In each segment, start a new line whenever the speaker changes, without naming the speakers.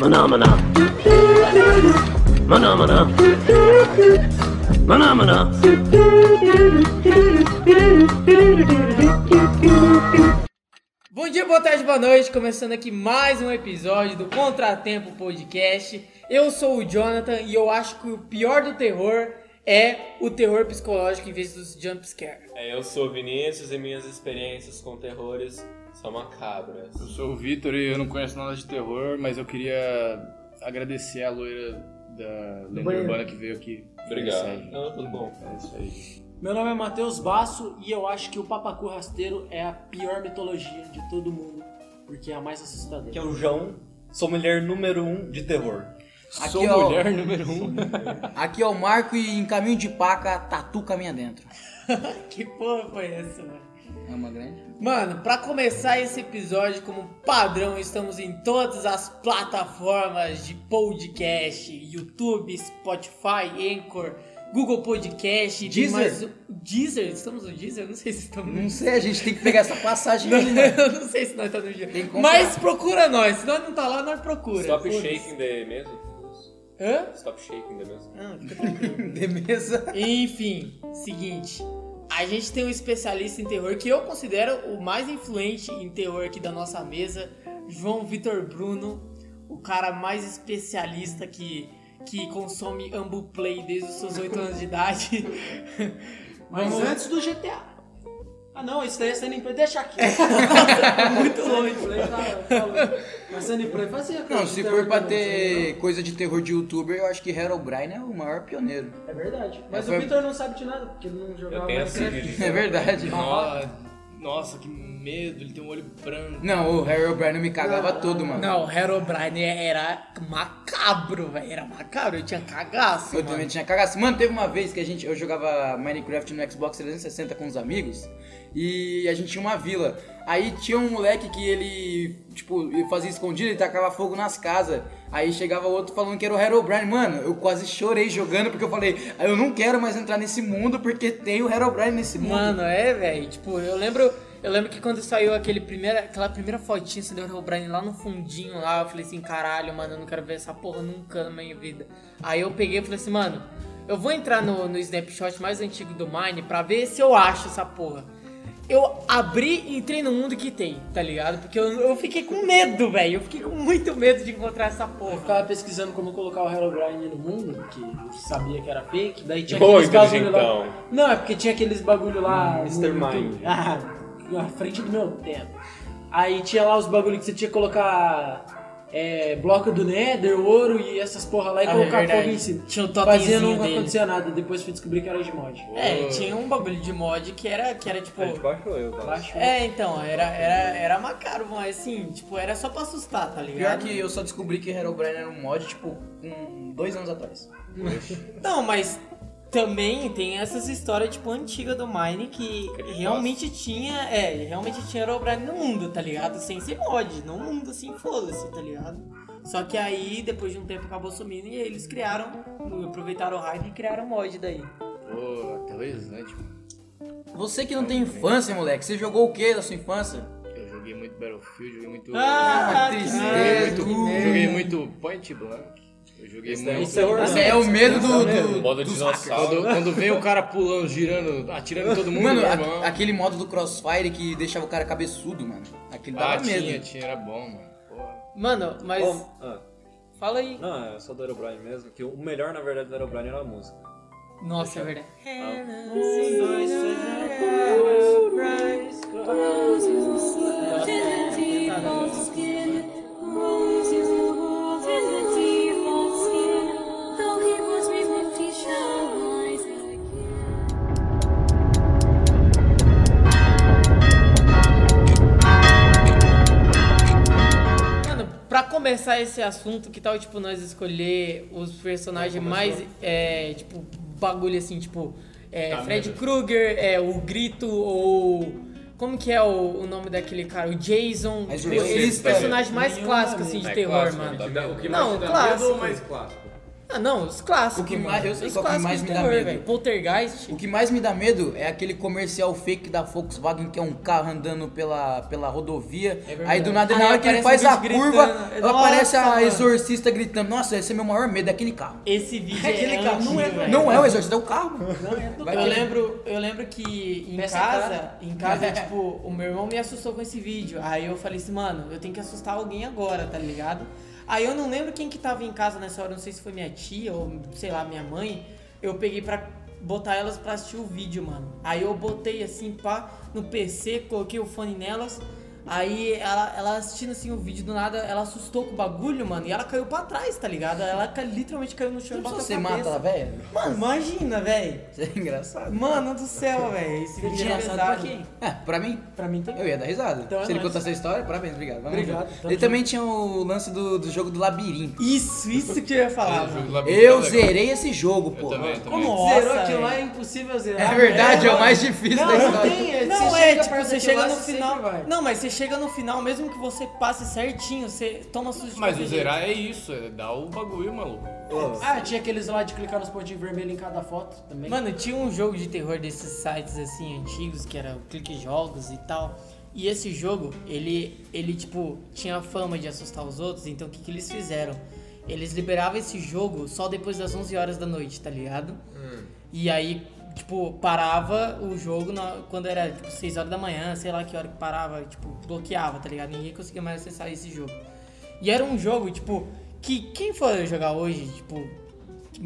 Maná, maná. Maná, maná. Maná, maná.
Bom dia, boa tarde, boa noite. Começando aqui mais um episódio do Contratempo Podcast. Eu sou o Jonathan e eu acho que o pior do terror é o terror psicológico em vez dos jumpscare.
É, Eu sou o Vinícius e minhas experiências com terrores são macabras.
Eu sou o Vitor e eu não conheço nada de terror, mas eu queria agradecer a loira da Lenda
banheiro.
Urbana que veio aqui.
Obrigado.
É isso aí.
Não, tudo bom.
É isso aí.
Meu nome é Matheus Basso e eu acho que o Papacu Rasteiro é a pior mitologia de todo mundo, porque é a mais assustadora.
que é o João, sou mulher número um de terror.
Aqui,
sou
ó.
mulher número um.
é Aqui é o Marco e em caminho de paca, tá tatu caminha dentro.
Que porra foi essa, mano?
É uma grande.
Mano, pra começar esse episódio, como padrão, estamos em todas as plataformas de podcast: YouTube, Spotify, Anchor, Google Podcast, tem
Deezer? Hum.
mais um- Deezer? Estamos no Deezer? Eu Não sei se estamos
Não
no
sei, a gente tem que pegar essa passagem. né?
Não,
ainda.
eu não sei se nós estamos no
Tem que
Deezer.
comprar.
Mas procura nós, se nós não tá lá, nós procura.
Stop
Foda-se.
shaking the mesa?
Hã?
Stop shaking the mesa.
Não, fica tranquilo.
De mesa.
Enfim, seguinte. A gente tem um especialista em terror que eu considero o mais influente em terror aqui da nossa mesa, João Vitor Bruno, o cara mais especialista que, que consome Ambuplay desde os seus 8 anos de idade.
Mas
Vamos-
antes do GTA. Ah não, isso daí é Sunnyplay, deixa aqui. É
muito longe.
Sunnyplay tá- tá louco. Mas Sunnyplay fazia, né, cara.
Não, se for pra ter coisa de terror de youtuber, eu acho que Harold Brine é o maior pioneiro.
É verdade. Mas
Foi-
o Vitor não sabe de nada, porque ele não jogava
Eu tenho esse
Minecraft.
vídeo.
É verdade.
Nossa, Ah, nossa, que medo, ele tem um olho branco.
Não, o Harold Brine me cagava todo, mano.
Não, Herobrine era macabro, velho. Era macabro, eu tinha cagaço.
Eu
mano.
também tinha cagaço. Mano, teve uma vez que a gente, eu jogava Minecraft no Xbox 360 com os amigos e a gente tinha uma vila. Aí tinha um moleque que ele, tipo, ele fazia escondido e tacava fogo nas casas. Aí chegava outro falando que era o Herobrine. Mano, eu quase chorei jogando porque eu falei, "Ah, eu não quero mais entrar nesse mundo porque tem o Herobrine nesse mundo.
Mano, é, velho. Tipo, eu lembro. Eu lembro que quando saiu aquele primeira, aquela primeira fotinha assim, do Herobrine lá no fundinho lá, eu falei assim, caralho, mano, eu não quero ver essa porra nunca na minha vida. Aí eu peguei e falei assim, mano, eu vou entrar no, no snapshot mais antigo do Mine pra ver se eu acho essa porra. Eu abri e entrei no mundo que tem, tá ligado? Porque eu, eu fiquei com medo, velho. Eu fiquei com muito medo de encontrar essa
Eu
porra.
ficava pesquisando como colocar o Herobrine no mundo, que eu sabia que era fake, daí tinha
Ô,
aqueles bagulho
inteligentão.
lá. Não, é porque tinha aqueles bagulho lá. no
Mastermind.
YouTube. Ah, na frente do meu tempo. Aí tinha lá os bagulho que você tinha que colocar é, bloco do Nether, ouro e essas porra lá e
Ah, é
colocar
verdade.
fogo em cima.
Tinha o
Fazia
totemzinho
não
dele.
acontecia nada, depois fui descobrir que era de mod.
É, tinha um bagulho de mod que era, que era tipo.
A gente baixou eu, tá?
Baixo.
É, então, era, era, era macabro, mas assim, tipo, era só pra assustar, tá
Pior
ligado?
que eu só descobri que Herobrine era um mod, tipo, um, dois anos atrás.
Não, mas também tem essas histórias, tipo, antigas do Mine que
Creepypasta.
realmente tinha, é, realmente tinha Herobrine no mundo, tá ligado? Sem ser mod, no mundo, assim, foda-se, tá ligado? Só que aí, depois de um tempo, acabou sumindo e aí eles criaram, aproveitaram o hype e criaram mod daí.
Pô, aterrorizante, mano.
Você que não tem infância, moleque, você jogou o que da sua infância?
Eu joguei muito Battlefield, joguei muito.
Ah,
que
joguei
merda,
muito,
que merda.
joguei muito Point Blank. Eu joguei
Esse daí
muito.
isso é horror,
Você é o medo do- do,
Modo
Quando,
dinossauro.
quando vem o cara pulando, girando, atirando em todo mundo,
Mano,
meu
a-
irmão.
aquele modo do Crossfire que deixava o cara cabeçudo, mano. Aquele
Ah,
dava
tinha,
medo.
tinha, era bom, mano. Porra.
Mano, mas
Bom, ah,
fala aí.
não, é só do Aerobrine mesmo, que o melhor, na verdade, do Aerobrine era a música.
Nossa, é verdade. Mano, pra começar esse assunto, que tal, tipo, nós escolher os personagens mais, é, tipo, bagulho assim, tipo, é, Fred Krueger, é, o Grito, ou... Como que é o, o nome daquele cara? O Jason.
Mas é
Tipo,
você
esses
também.
personagens mais clássicos, assim, de terror,
clássico,
mano.
dá- o que é
Não,
mais te dá medo
clássico.
ou mais clássico?
Ah, não, os clássicos.
O que
mano.
mais- eu sei
os
qual que
clássicos
mais
de
me dá
terror,
medo.
velho. Poltergeist.
O que mais me dá medo é aquele comercial fake da Volkswagen, que é um carro andando pela, pela rodovia.
verdade.
aí do nada,
Aí
na hora que ele
aparece
faz
um
a
bicho
curva,
gritando.
ela aparece
Nossa,
a
mano.
exorcista gritando: Nossa, esse é meu maior medo, é aquele carro.
Esse vídeo
Aquele
é
cara não é-
antigo, velho.
Não é o exorcista, é o carro. Vai
Eu
que-
lembro, eu lembro que em
Peça
casa,
cara.
em casa, tipo, o meu irmão me assustou com esse vídeo. Aí eu falei assim, mano, eu tenho que assustar alguém agora, tá ligado? Aí eu não lembro quem que tava em casa nessa hora, não sei se foi minha tia ou, sei lá, minha mãe. Eu peguei pra botar elas pra assistir o vídeo, mano. Aí eu botei assim, pá, no PC, coloquei o fone nelas. Aí ela, ela assistindo assim o vídeo do nada, ela assustou com o bagulho, mano, e ela caiu pra trás, tá ligado? Ela ca- literalmente caiu no chão e
Não
bateu
precisa você
a cabeça.
mata ela, velho.
Mano, imagina, velho.
Isso é engraçado.
Mano do céu, velho. Esse vídeo é
Engraçado
pesado.
pra quem?
É, pra mim,
Pra mim tem.
eu ia dar risada.
Então é
Se ele
nóis.
contar essa história, parabéns, obrigado. Vamos
Obrigado,
junto.
tamo
Ele também tinha o lance do, do jogo do labirinto.
Isso, isso que eu ia falar, mano.
Eu zerei esse jogo, pô.
Eu também, também.
Como
Nossa,
zerou aquilo
velho.
lá é impossível zerar.
É verdade, é o mais difícil
Não,
da
não
história.
tem. é,
Não,
você
é,
chega
tipo,
perto
você
daquilo
chega
lá,
no
você
final.
sempre vai.
Não, mas você chega no final, mesmo que você passe certinho, você toma susto. de
Mas o
qualquer
zerar é isso, é dar o bagulho, maluco.
Ah, tinha aqueles lá de clicar nos pontinhos vermelhos em cada foto também.
jeito. Mano, tinha um jogo de terror desses sites assim antigos, que era o Clique Jogos e tal. E esse jogo, ele, ele tipo, tinha a fama de assustar os outros, então o que, que eles fizeram? Eles liberavam esse jogo só depois das 11 horas da noite, tá ligado? E aí, tipo, parava o jogo na- quando era, tipo, 6 horas da manhã, sei lá que hora que parava, tipo, bloqueava, tá ligado? Ninguém conseguia mais acessar esse jogo. E era um jogo, tipo, que quem for jogar hoje, tipo,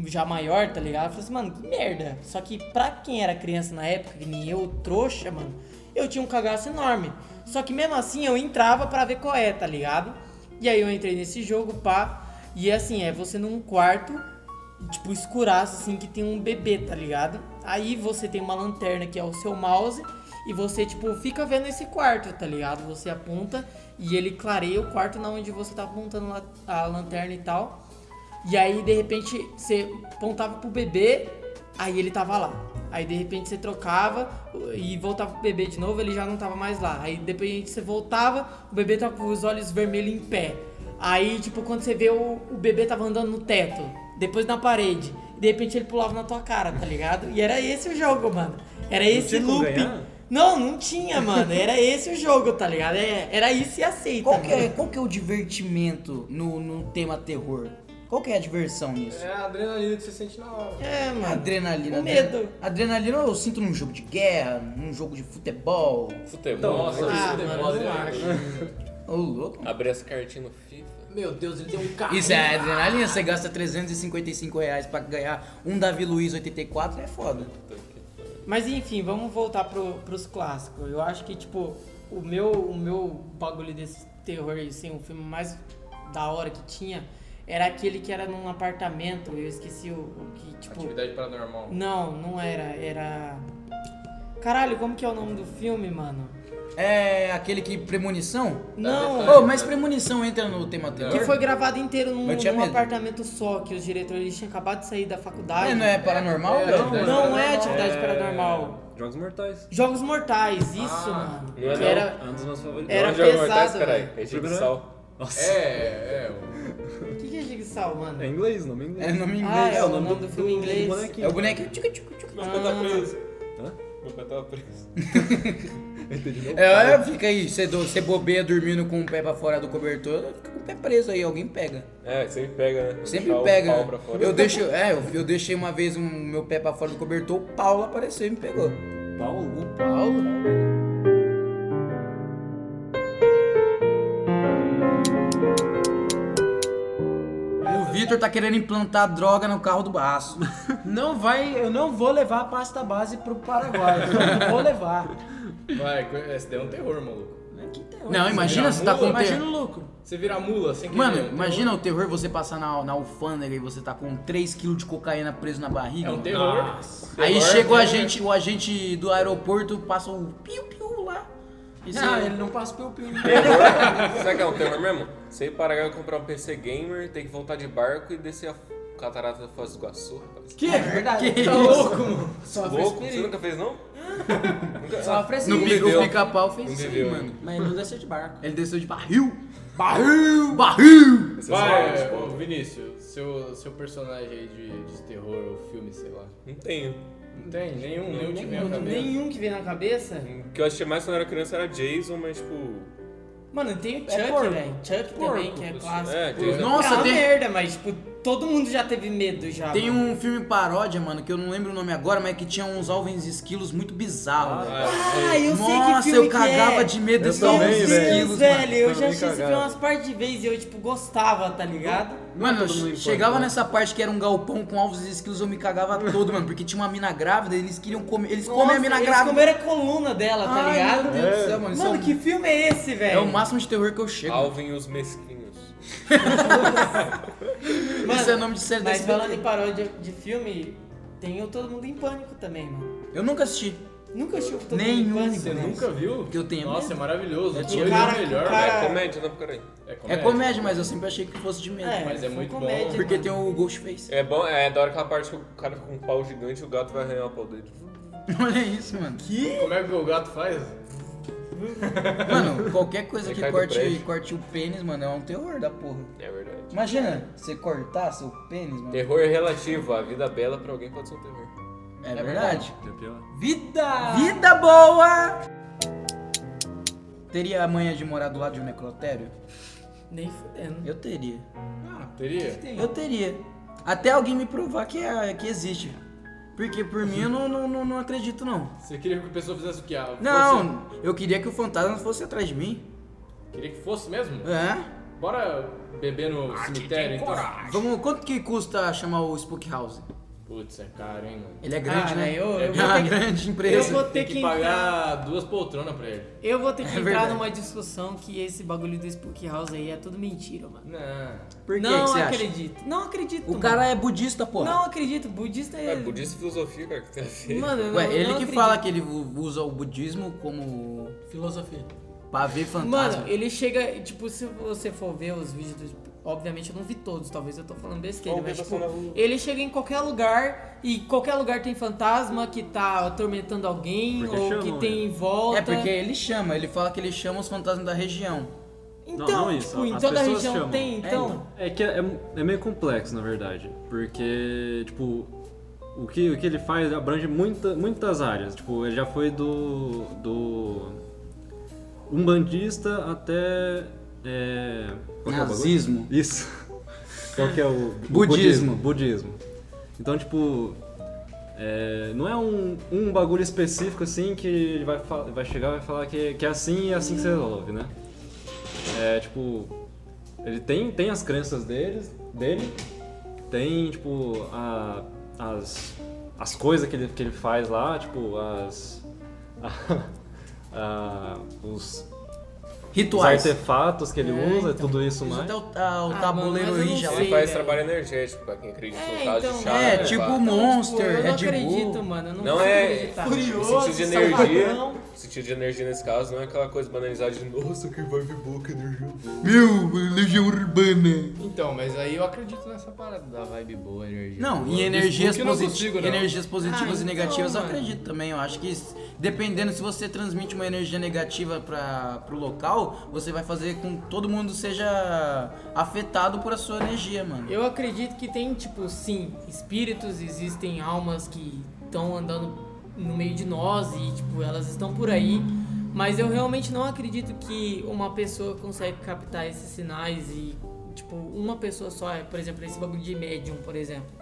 já maior, tá ligado? Falei assim, mano, que merda. Só que pra quem era criança na época, que nem eu, trouxa, mano, eu tinha um cagaço enorme. Só que mesmo assim eu entrava pra ver qual é, tá ligado? E aí eu entrei nesse jogo, pá. E assim, é você num quarto tipo, escuraço, assim, que tem um bebê, tá ligado? Aí você tem uma lanterna que é o seu mouse e você, tipo, fica vendo esse quarto, tá ligado? Você aponta e ele clareia o quarto na onde você tá apontando lá- a lanterna e tal. E aí, de repente, você apontava pro bebê, aí ele tava lá. Aí, de repente, você trocava e voltava pro bebê de novo, ele já não tava mais lá. Aí, de repente, você voltava, o bebê tava com os olhos vermelhos em pé. Aí, tipo, quando você vê o, o bebê tava andando no teto, depois na parede, de repente ele pulava na tua cara, tá ligado? E era esse o jogo, mano. Era esse
tinha como
looping.
ganhar?
Não, não tinha, mano. Era esse o jogo, tá ligado? É- Era isso e aceita.
Qual que,
mano.
é, qual que é o divertimento no, no tema terror? Qual que é a diversão nisso?
É a adrenalina que você sente na hora.
É, mano.
Adrenalina.
o
adrena-
medo.
Adrenalina eu sinto num jogo de guerra, num jogo de futebol.
Então,
Futebol.
Nossa,
é.
né?
é
Ah,
Futebol,
mano,
né?
eu acho.
Ô, louco.
Abrir as cartinhas no FIFA.
Meu Deus, ele deu um carro.
Isso é adrenalina, você gasta 355 reais pra ganhar um Davi Luiz 84, é foda.
Mas enfim, vamos voltar pro, pros clássicos. Eu acho que, tipo, o meu, o meu bagulho desse terror, assim, o filme mais da hora que tinha era aquele que era num apartamento. Eu esqueci o, o que, tipo.
Atividade paranormal.
Não, não era. Era. Caralho, como que é o nome do filme, mano?
É aquele que premonição?
Não!
Ô, mas premonição entra no tema terror?
Que foi gravado inteiro num,
Eu tinha
num
medo.
apartamento só, que os diretores eles tinham acabado de sair da faculdade.
É, não é paranormal,
É,
velho?
não,
Não,
Paranormal.
é atividade paranormal.
Jogos Mortais.
Jogos Mortais, isso,
Ah,
mano.
não é não.
Era,
É um dos meus favoritos.
Era
Não joga mortais,
pesado,
caralho.
velho.
É Jigsaw.
Nossa.
É, é. o-
O que, que é Jigsaw, mano?
É inglês, nome em inglês.
É nome em
Ah,
inglês.
é o nome do filme em inglês.
É o bonequinho. Tchucu, tchucu, tchucu.
Meu pai
Ah.
tá preso.
Hã?
Meu pai tava preso.
É, é, fica aí, você do- você bobeia dormindo com o pé pra fora do cobertor, fica com o pé preso aí, alguém pega.
É, sempre pega, né?
Sempre
Puxar o
pega.
pau pra fora.
Eu deixo, é, eu, eu deixei uma vez o meu pé pra fora do cobertor, o Paulo apareceu e me pegou.
Paulo.
Paulo? O Vitor tá querendo implantar droga no carro do Barraço.
Não vai, eu não vou levar a pasta base pro Paraguai. Eu não vou levar.
Vai, co- esse daí é um terror, maluco.
Mas que terror.
Não, imagina você tá com o
Imagina
ter...
o lucro.
Você vira mula sem querer. é um
Mano,
terror.
imagina o terror você passar na, na alfândega e você tá com 3kg de cocaína preso na barriga.
É um
mano.
terror.
Aí
Terror,
chega o
terror.
agente, o agente do aeroporto, passa um piu-piu lá. E você-
Não, ele não passa pelo pio.
Sabe o que é um terror mesmo? Você ir para Paraguai comprar um PC Gamer, ter que voltar de barco e descer a catarata da Foz do Iguaçu. rapaz.
Que? É verdade.
Que
tá
então,
isso?
louco, mano. Só fez
Louco, você
perigo.
nunca fez não?
Só oferece
Não
isso.
viveu.
O pica-pau fez
Não
isso aí,
viveu.
mano.
Mas não desceu de barco.
Ele desceu de barril. Barril! Barril!
é
Vai, é, ô, Vinícius, seu, seu personagem aí de, de terror ou filme, sei lá.
Não tenho.
Não tem nenhum, nenhum que vem à
Mano,
cabeça.
nenhum um que vem na cabeça?
O que eu achei mais quando eu era criança era Jason, mas tipo.
Mano, tem o
É
Chuck,
porco.
velho. Chuck também, que é clássico.
É, tem-
é
Nossa,
uma
tem,
merda, mas, tipo, todo mundo já teve medo já.
tem
mano.
um filme paródia, mano, que eu não lembro o nome agora, mas que tinha uns alvens esquilos muito bizarros, velho.
Ah, eu
um- Nossa,
sei que filme
eu
que
cagava
é.
de medo desses
Meu
alvens
também,
Deus,
velho.
esquilos,
velho.
mano.
Eu
Também
já assisti esse filme
cagava.
umas partes de vezes e eu, tipo, gostava, tá ligado?
Mano,
todo mundo
eu chegava
pode, né?
nessa parte que era um galpão com alvos e esquilos, eu me cagava todo, mano, porque tinha uma mina grávida, eles queriam comer, eles comem a
Nossa,
mina
eles
grávida.
comeram a coluna dela, tá
Ai,
ligado?
Meu Deus do céu, mano. isso é
Mano,
um-
que filme é esse, velho?
É o máximo de terror que eu chego.
Alvin e os Mesquinhos.
Mano,
Isso é nome de série da
Mas
SBT.
falando em paródia de filme, tem o Todo Mundo em Pânico também, mano.
Eu nunca assisti.
Nunca achei o Todo
Nenhum,
Mundo em Pânico.
Você
né?
nunca viu?
Que eu tenha
Nossa,
medo.
é maravilhoso.
Eu
O
tinha
dois
cara-
é o melhor,
cara-
velho.
É comédia, não, peraí.
É
É
comédia.
comédia, mas eu sempre achei que fosse de medo.
É,
Mas é
foi
muito bom.
comédia,
Porque
mano.
tem o Ghostface.
É bom, é da hora aquela parte que o cara fica com um pau gigante e o gato vai arranhar o pau dele.
Olha isso, mano.
Como é que o gato faz?
Mano, qualquer coisa
Ele
que
cai do
corte,
prédio.
corte o pênis, mano, é um terror da porra.
É verdade.
Imagina, você cortar seu pênis, mano.
Terror relativo, a vida bela pra alguém pode ser um terror.
É verdade.
Vida!
Vida boa! Teria a manha de morar do lado de um necrotério? um-
Nem fudendo.
Eu teria.
Teria?
Eu teria. Até alguém me provar que, é- que existe. Porque por mim eu não, não, não, não acredito, não.
Você queria que a pessoa fizesse o quê? Ah, fosse-
Não, eu queria que o fantasma fosse atrás de mim.
Queria que fosse mesmo?
É?
Bora beber no cemitério, então?
Vamos, quanto que custa chamar o Spook House?
Putz, é caro, hein, mano?
Ele é grande,
Ah,
né?
né, eu-
é
eu vou
uma
ter que-
grande
Eu
empresa.
vou ter
Tem
que,
que pagar duas poltronas pra ele.
entrar- Eu vou ter que entrar
É verdade.
numa discussão que esse bagulho do Spook House aí é tudo mentira, mano.
Não.
Por que
não
que você acha?
acredito. Não acredito.
O
mano.
cara é budista, porra.
Não acredito. Budista é.
É budista e filosofia, cara, que tá tem a ver.
Mano, eu
Ué,
não-
ele
não
que
acredito.
fala que ele u- usa o budismo como
Filosofia.
pra ver é fantasma.
Mano, ele chega, tipo, se você for ver os vídeos do. Obviamente eu não vi todos, talvez eu tô falando besteira,
Talvez
mas
você
tipo,
não viu.
ele chega em qualquer lugar e qualquer lugar tem fantasma que tá atormentando alguém
Porque
ou
chamam
que tem
ele.
em volta.
É porque ele chama, ele fala que ele chama os fantasmas da região.
Então,
Não, não isso,
tipo, em
as
toda a
pessoas
região
chamam.
tem, então.
É que é, é meio complexo, na verdade. Porque, tipo, o que, o que ele faz abrange muita, muitas áreas. Tipo, ele já foi do. do. umbandista até. É, qual que é o bagulho?
Nazismo.
Isso. Qual que é o.
Budismo.
Budismo. budismo. Então, tipo. é, não é um, um bagulho específico assim que ele vai, fa- vai chegar e vai falar que, que é assim e é assim que você resolve, né? É tipo. Ele tem, tem as crenças deles, dele, tem, tipo, a- as, as coisas que ele, que ele faz lá, tipo, as. a- os, os
Rituais.
artefatos que ele usa, tudo isso
Usa
mais.
até o, a- o
Ah,
tabuleiro
mano, mas eu não
Ouija lá.
sei.
Ele faz
velho.
trabalho energético, pra quem acredita
É,
no caso
então,
de chá.
é,
né,
tipo
pá.
Monster,
eu não
Red
acredito,
Bull.
mano. Eu não,
Não
consigo
é.
acreditar.
O sentido de energia. O sentido de energia nesse caso não é aquela coisa banalizada de nossa, que vai vir boca energia boa.
Meu, legião urbana.
Então, mas aí eu acredito nessa parada da vibe boa, energia.
Não,
boa.
e energias,
Isso que eu não
posit-
consigo, não.
energias
Ah,
positivas e
então,
negativas eu
mano.
acredito também. Eu acho que s- dependendo, se você transmite uma energia negativa para pro local, você vai fazer com que todo mundo seja afetado por a sua energia, mano.
Eu acredito que tem, tipo, sim, espíritos, existem almas que estão andando no meio de nós e, tipo, elas estão por aí. Mas eu realmente não acredito que uma pessoa consegue captar esses sinais e, tipo, uma pessoa só, é, por exemplo, esse bagulho de médium, por exemplo.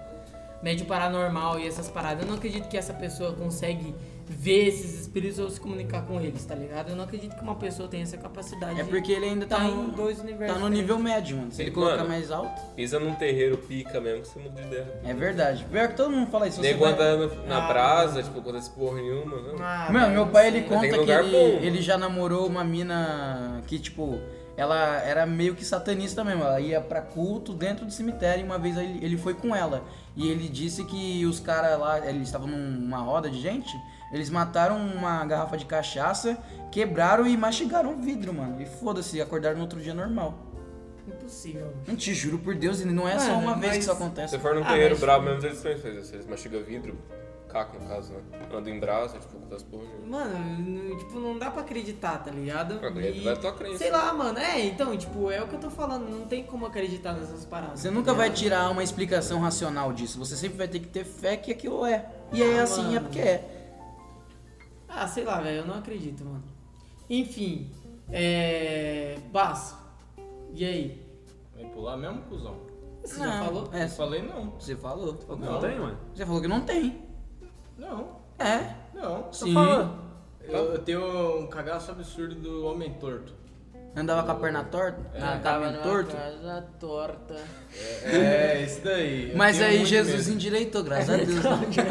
Médium paranormal e essas paradas. Eu não acredito que essa pessoa consegue ver esses espíritos ou se comunicar com eles, tá ligado? Eu não acredito que uma pessoa tenha essa capacidade.
É porque ele ainda tá,
Tá
no,
em dois
tá
universos,
no
né?
nível médio, mano. Se ele
Sim,
colocar
mano.
mais alto,
Pisa num terreiro pica mesmo que você muda de ideia.
é verdade. Pior que todo mundo fala isso. você
Nego
vai-
anda na, na
Ah.
brasa, tipo, acontece porra nenhuma. né?
Ah,
Mano, meu pai ele
sim.
Tem
conta que
lugar
ele,
bom.
ele já namorou uma mina que, tipo, ela era meio que satanista mesmo. Ela ia pra culto dentro do cemitério e uma vez ele, ele foi com ela. E ele disse que os caras lá, eles estavam numa roda de gente, eles mataram uma garrafa de cachaça, quebraram e mastigaram o vidro, mano. E foda-se, acordaram no outro dia normal.
Impossível.
Não te juro por Deus, e não é só
Mano,
uma vez que
mas-
Se
isso acontece.
você for num
Ah,
terreiro
mas-
brabo mesmo, eles estão fazendo. Vocês mastigam vidro, macaco, no caso, né? Anda em brasa, tipo, com as porras. né?
Mano, não- tipo, não dá pra acreditar, tá ligado?
Ah, daí vai tua crença.
Sei lá, mano. É, então, tipo, é o que eu tô falando. Não tem como acreditar nessas paradas.
Você
tá
nunca
É.
vai
ligado?
tirar uma explicação racional disso. Você sempre vai ter que ter fé que aquilo é. E é
Ah,
assim, é
mano.
porque é.
Ah, sei lá, velho. Eu não acredito, mano. Enfim. É. Baço. E aí?
Vai pular mesmo, cuzão?
Você já
Não,
falou?
É,
Não falei não.
você falou.
Não,
Não.
tem, mano.
Você falou que não tem.
Não,
É.
não.
Sim.
Eu, eu tenho um cagaço absurdo do Homem Torto.
Andava com a perna torta?
É,
Ah,
com a perna torto?
casa torta.
É, isso daí. Eu
Mas
tenho
aí
muito
Jesus
medo.
endireitou, graças a Deus. né?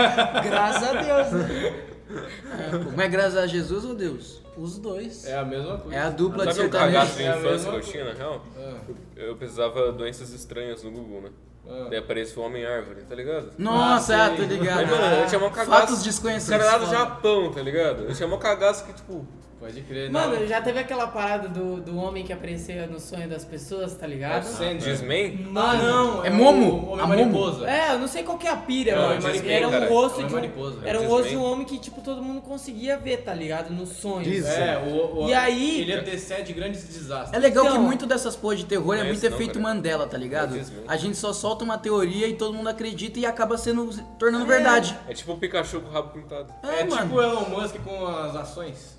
graças a Deus. né? É, pô, mas graças a Jesus ou Deus? Os dois.
É a mesma coisa.
É a dupla de
Sabe o cagaço
sertanejo.
de
É a
infância
mesma
que eu tinha, na real?
Ah,
Eu precisava doenças estranhas no Google, né?
ah.
Daí apareceu o Homem-Árvore, tá ligado?
Nossa,
Ah,
ah, tô
sei.
ligado.
Aí, mano, eu tinha mó cagaço.
Fatos
Os
desconhecidos.
caras lá do
foda.
Japão, tá ligado? Eu tinha mó cagaço que, tipo,
Pode crer, não.
Mano, já teve aquela parada do, do homem que aparecia no sonho das pessoas, tá
É o
ligado?
Sandy.
Disman?
Ah, não.
É
o
Momo?
Homem
A Momo?
Mariposa.
É, eu não sei qual que é a pira,
Não,
mano.
é
mas
Disney,
era um
cara.
rosto
Homem
de um,
Mariposa.
era um
Disney.
rosto de um homem que, tipo, todo mundo conseguia ver, tá ligado? No sonho.
É, o, o-
E aí-
Ele antecede grandes
É
desastres.
legal
Então-
que muito dessas porras de terror é
Não é
muito
esse não,
efeito
cara.
Mandela, tá ligado?
É isso mesmo.
A gente só solta uma teoria e todo mundo acredita e acaba sendo se tornando verdade.
É tipo o Pikachu com o rabo pintado.
É,
tipo
mano.
o Elon Musk com as ações.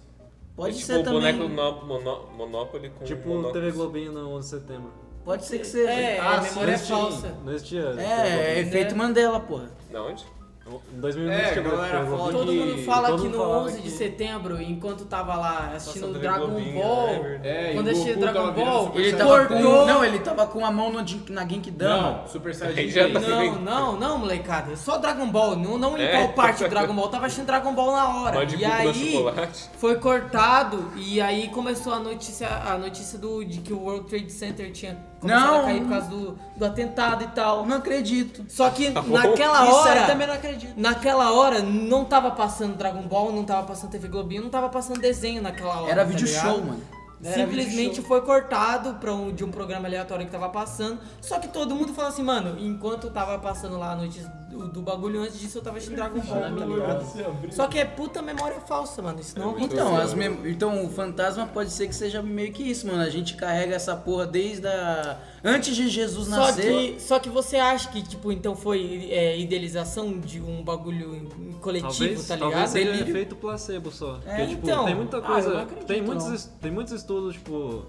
Pode
é tipo
ser
o
também.
boneco mono, mono, Monopoly com
Tipo
monóculos.
TV Globinho no 11 de setembro.
Pode ser que seja.
É,
Ah,
a memória é
sim.
falsa.
Não existia.
É,
TV
é efeito
Né?
Mandela, porra.
Da onde?
Globinho. Em 2000
É,
não tinha
galera
TV Globinho.
fala
Todo
que-
mundo fala
todo
que
mundo
no
falava
11 de
que-
setembro, enquanto tava lá assistindo
Passando
Dragon
Globinho,
Ball,
é verdade.
É, e
quando
o
assistia
Goku
Dragon
tava virando
Ball,
Super
Ele
Saiyajin.
tava com,
Cortou.
não, ele tava com a mão no, Jin- na Genkidama.
Não, Super Saiyajin.
Aí já tá-
três.
Não, não, não, molecada. Só Dragon Ball. Não, não em
É.
qual parte do Dragon Ball. Eu Tava achando Dragon Ball na hora.
Mande
e
cuco da
aí
chocolate.
foi cortado e aí começou a notícia, a notícia do, de que o World Trade Center tinha começado
Não.
a cair por causa do, do atentado e
Eu
tal.
não acredito.
Só que
Ah,
bom.
naquela
Isso aí
hora.
também não acredito.
Naquela hora não tava passando Dragon Ball, não tava passando TV Globinho, não tava passando desenho naquela hora.
Era
tá
vídeo
ligado?
show, mano.
Era
Simplesmente
vídeo
foi cortado pra um, de um programa aleatório que tava passando. Só que todo mundo fala assim, mano, enquanto tava passando lá a notícia do, do bagulho, antes disso eu tava assistindo Dragon Ball, tá ligado? Só que é puta memória falsa, mano. Isso
É
não acontece.
Então, as mem- então, o fantasma pode ser que seja meio que isso, mano. A gente carrega essa porra desde a. Antes de Jesus
Só
nascer.
que, só que você acha que, tipo, então foi é, idealização de um bagulho em- em coletivo,
Talvez,
tá ligado?
talvez seja
Delírio.
efeito placebo só.
É,
Porque, tipo,
então.
tem muita
Ah,
coisa.
eu não acredito,
tem, muitos,
não.
es- tem muitos estudos, tipo,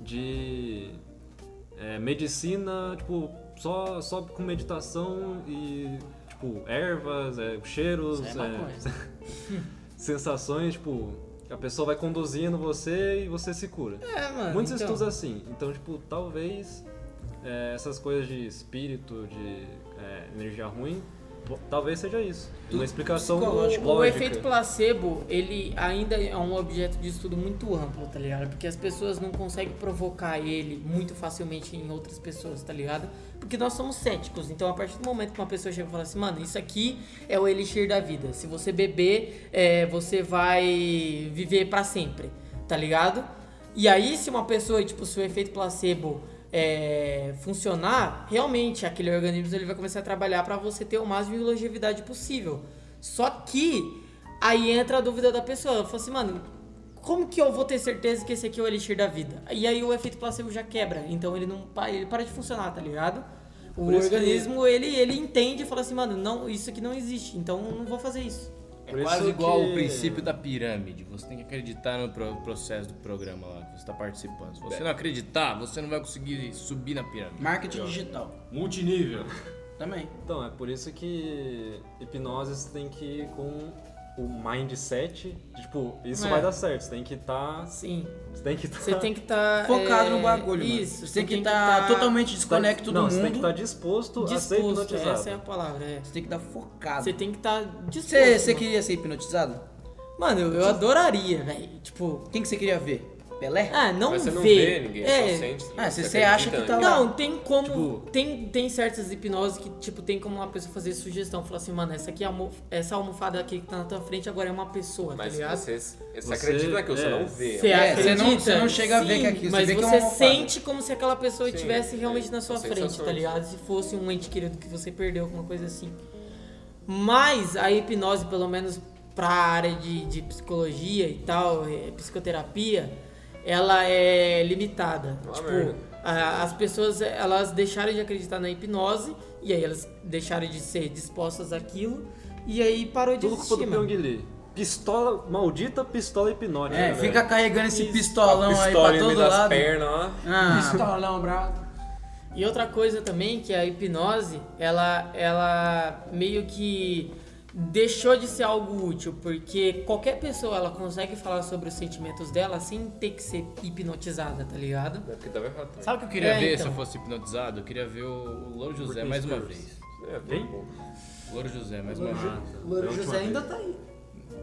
de é, medicina, tipo, só, só com meditação e, tipo, ervas, é, cheiros,
Isso é
é,
maconha.
sensações, tipo, a pessoa vai conduzindo você e você se cura.
É, mano,
Muitos
então.
estudos assim. Então, tipo, talvez é, essas coisas de espírito, de é, energia ruim, po- talvez seja isso. Uma explicação
O-
lógica.
O, efeito placebo, ele ainda é um objeto de estudo muito amplo, tá ligado? Porque as pessoas não conseguem provocar ele muito facilmente em outras pessoas, tá ligado? Porque nós somos céticos, então a partir do momento que uma pessoa chega e fala assim, mano, isso aqui é o elixir da vida. Se você beber, é, você vai viver pra sempre, tá ligado? E aí, se uma pessoa, tipo, se o efeito placebo é, funcionar, realmente aquele organismo ele vai começar a trabalhar pra você ter o máximo de longevidade possível. Só que aí entra a dúvida da pessoa. Ela fala assim, mano, como que eu vou ter certeza que esse aqui é o elixir da vida? E aí o efeito placebo já quebra. Então ele não pa- ele para de funcionar, tá ligado? O
isso que
organismo, ele, ele entende e fala assim, mano, não, isso aqui não existe, então eu não vou fazer isso.
Por
É
isso
quase igual
que-
o princípio da pirâmide. Você tem que acreditar no pro- processo do programa lá que você está participando. Se você não acreditar, você não vai conseguir subir na pirâmide.
Marketing digital.
Multinível.
Também.
Então, é por isso que hipnose tem que ir com o mindset. de, Tipo, isso
É.
vai dar certo. Você tem que estar.
Sim,
Você tem que tá
você
estar.
tem que tá, estar...
Focado no bagulho. mano.
É, Isso.
Você tem que estar totalmente desconecto do
tá Não,
mundo.
você tem que estar disposto, a ser
disposto,
hipnotizado.
essa é a palavra, é.
Você tem que estar focado.
Você
Você,
tem que estar disposto.
você
mano.
queria ser hipnotizado?
Mano, eu, eu adoraria, velho. Tipo,
Quem que você queria ver? Pelé?
ah, não
Mas você
vê.
não vê ninguém,
é,
só sente.
Ah, se você acha que tá lá.
Não, tem como.
Tipo-
tem, tem certas hipnoses que, tipo, tem como uma pessoa fazer sugestão. Falar assim, mano, essa aqui é almo- essa almofada aqui que tá na tua frente agora é uma pessoa, tá
Mas
ligado?
você, você,
Você-
acredita naquilo, você
é.
não vê.
Você
É, você
acredita?
não- você não chega a ver que é aquilo, você
Mas
vê que é uma
você
almofada.
sente como se aquela pessoa
Sim,
estivesse
é,
realmente na sua
são
frente, tá
sensações.
ligado? Se fosse um ente querido que você perdeu, alguma coisa assim. Mas a hipnose, pelo menos pra área de, de psicologia e tal, eh, psicoterapia, ela é limitada.
Ah,
Uma merda.
tipo, a- as pessoas elas deixaram de acreditar na hipnose e aí elas deixaram de ser dispostas àquilo e aí parou de
Tudo culpa
existir,
do
mano.
Pyong Lee. Pistola, maldita pistola hipnótica. né,
É, fica carregando esse pistolão aí
Pistola
pra
no meio
todo
das
lado.
pernas, ó.
Ah,
Então,
Pistolão, bravo.
E outra coisa também que é a hipnose, ela, ela meio que deixou de ser algo útil, porque qualquer pessoa ela consegue falar sobre os sentimentos dela sem ter que ser hipnotizada, tá ligado?
É porque tava errado também.
Sabe o que eu queria
É,
ver
então.
se eu fosse hipnotizado? Eu queria ver o, o Louro José
Britney
mais uma
Spears.
vez.
É,
Hein?
bom.
Louro José mais uma vez. Ah,
O Louro José ainda tá aí.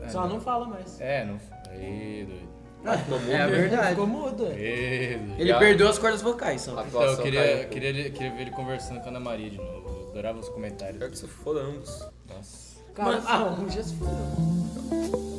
Só não fala mais.
É, não. Aí, doido.
é verdade.
Ficou mudo.
Aí, doido.
Ele perdeu as cordas vocais só.
Então, eu
Atuação
queria,
caiu.
queria, ele- queria ver ele conversando com a Ana Maria de novo. Eu adorava os
Quero
comentários.
que se foda ambos.
Nossa.
Cara, ah, um já se fudeu.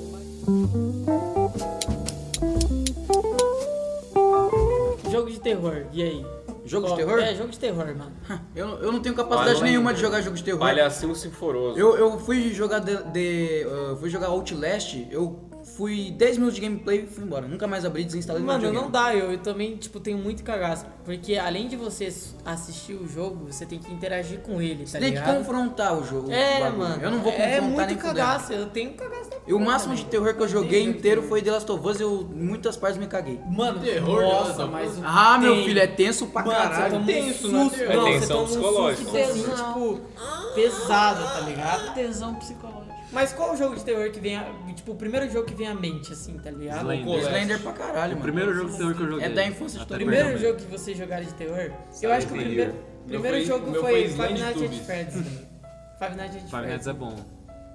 Jogo de terror, e aí?
Jogo de
Qual-
terror?
É, jogo de terror, mano.
Eu, eu não tenho capacidade
Palha-
nenhuma de jogar jogo de terror.
Palhacinho sinforoso.
Eu, eu fui jogar de, de- eu fui jogar Outlast, eu fui 10 minutos de gameplay e fui embora. Nunca mais abri, desinstalei meu
Mano,
videogame.
não dá, eu, eu também, tipo, tenho muito cagaço. Porque além de você assistir o jogo, você tem que interagir com ele, tá
Tem que
ligado?
confrontar o jogo. o
É,
bagulho.
mano.
Eu não vou confrontar
É muito
nem fudendo.
cagaço, eu tenho cagaço da
E o máximo
porra,
de
mano.
terror que eu joguei
Tem jogo de
inteiro
terror.
foi The Last of Us e eu, muitas partes, me caguei.
Mano,
Terror,
nossa,
nossa,
mas...
Ah, meu
tem.
filho, é tenso pra
Mano, você
caralho.
toma um
Tenso, né?
susto,
É
não, você
tensão
toma um
psicológica.
susto assim, tipo, pesado, tá ligado?
Tesão psicológico.
Mas qual o jogo de terror que vem, a, tipo, o primeiro jogo que vem à mente, assim, tá ligado?
Slender.
Colégio.
Slender pra caralho,
O
mano.
primeiro jogo de terror que eu joguei.
É da infância de
Até
todo
O primeiro
perdão,
jogo que vocês jogaram de terror, eu
Silent
acho que o
Hill.
primeiro, o
Meu
primeiro
foi-
jogo
meu
foi
foi
Five
Slender
Nights at
Tubes.
Freddy's. né? Five Nights at
Five Nights
Freddy's.
é bom.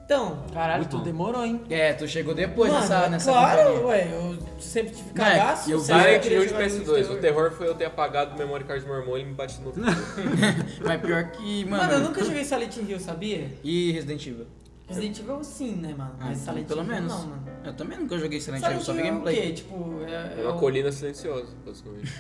Então,
Caralho,
Muito
tu
bom.
demorou, hein?
É, tu chegou depois
mano,
nessa, nessa
claro,
companhia.
ué, eu sempre tive
Moleque,
cagaço.
eu
sempre
Silent
queria
Hill de
jogar jogo
PS2.
terror.
O terror foi eu ter apagado o memory card do meu irmão e ele me bate no.
Mas pior que, mano...
Mano, eu nunca joguei Silent Hill, sabia?
E Resident Evil?
Resident Evil sim, né, mano?
Ah,
Mas
então,
Silent
pelo
Hill
menos.
não, mano.
Eu também nunca joguei Silent Hill,
Silent
só
Hill
vi
é o quê?
gameplay.
Tipo,
É
é, é
uma
um-
colina silenciosa, basicamente.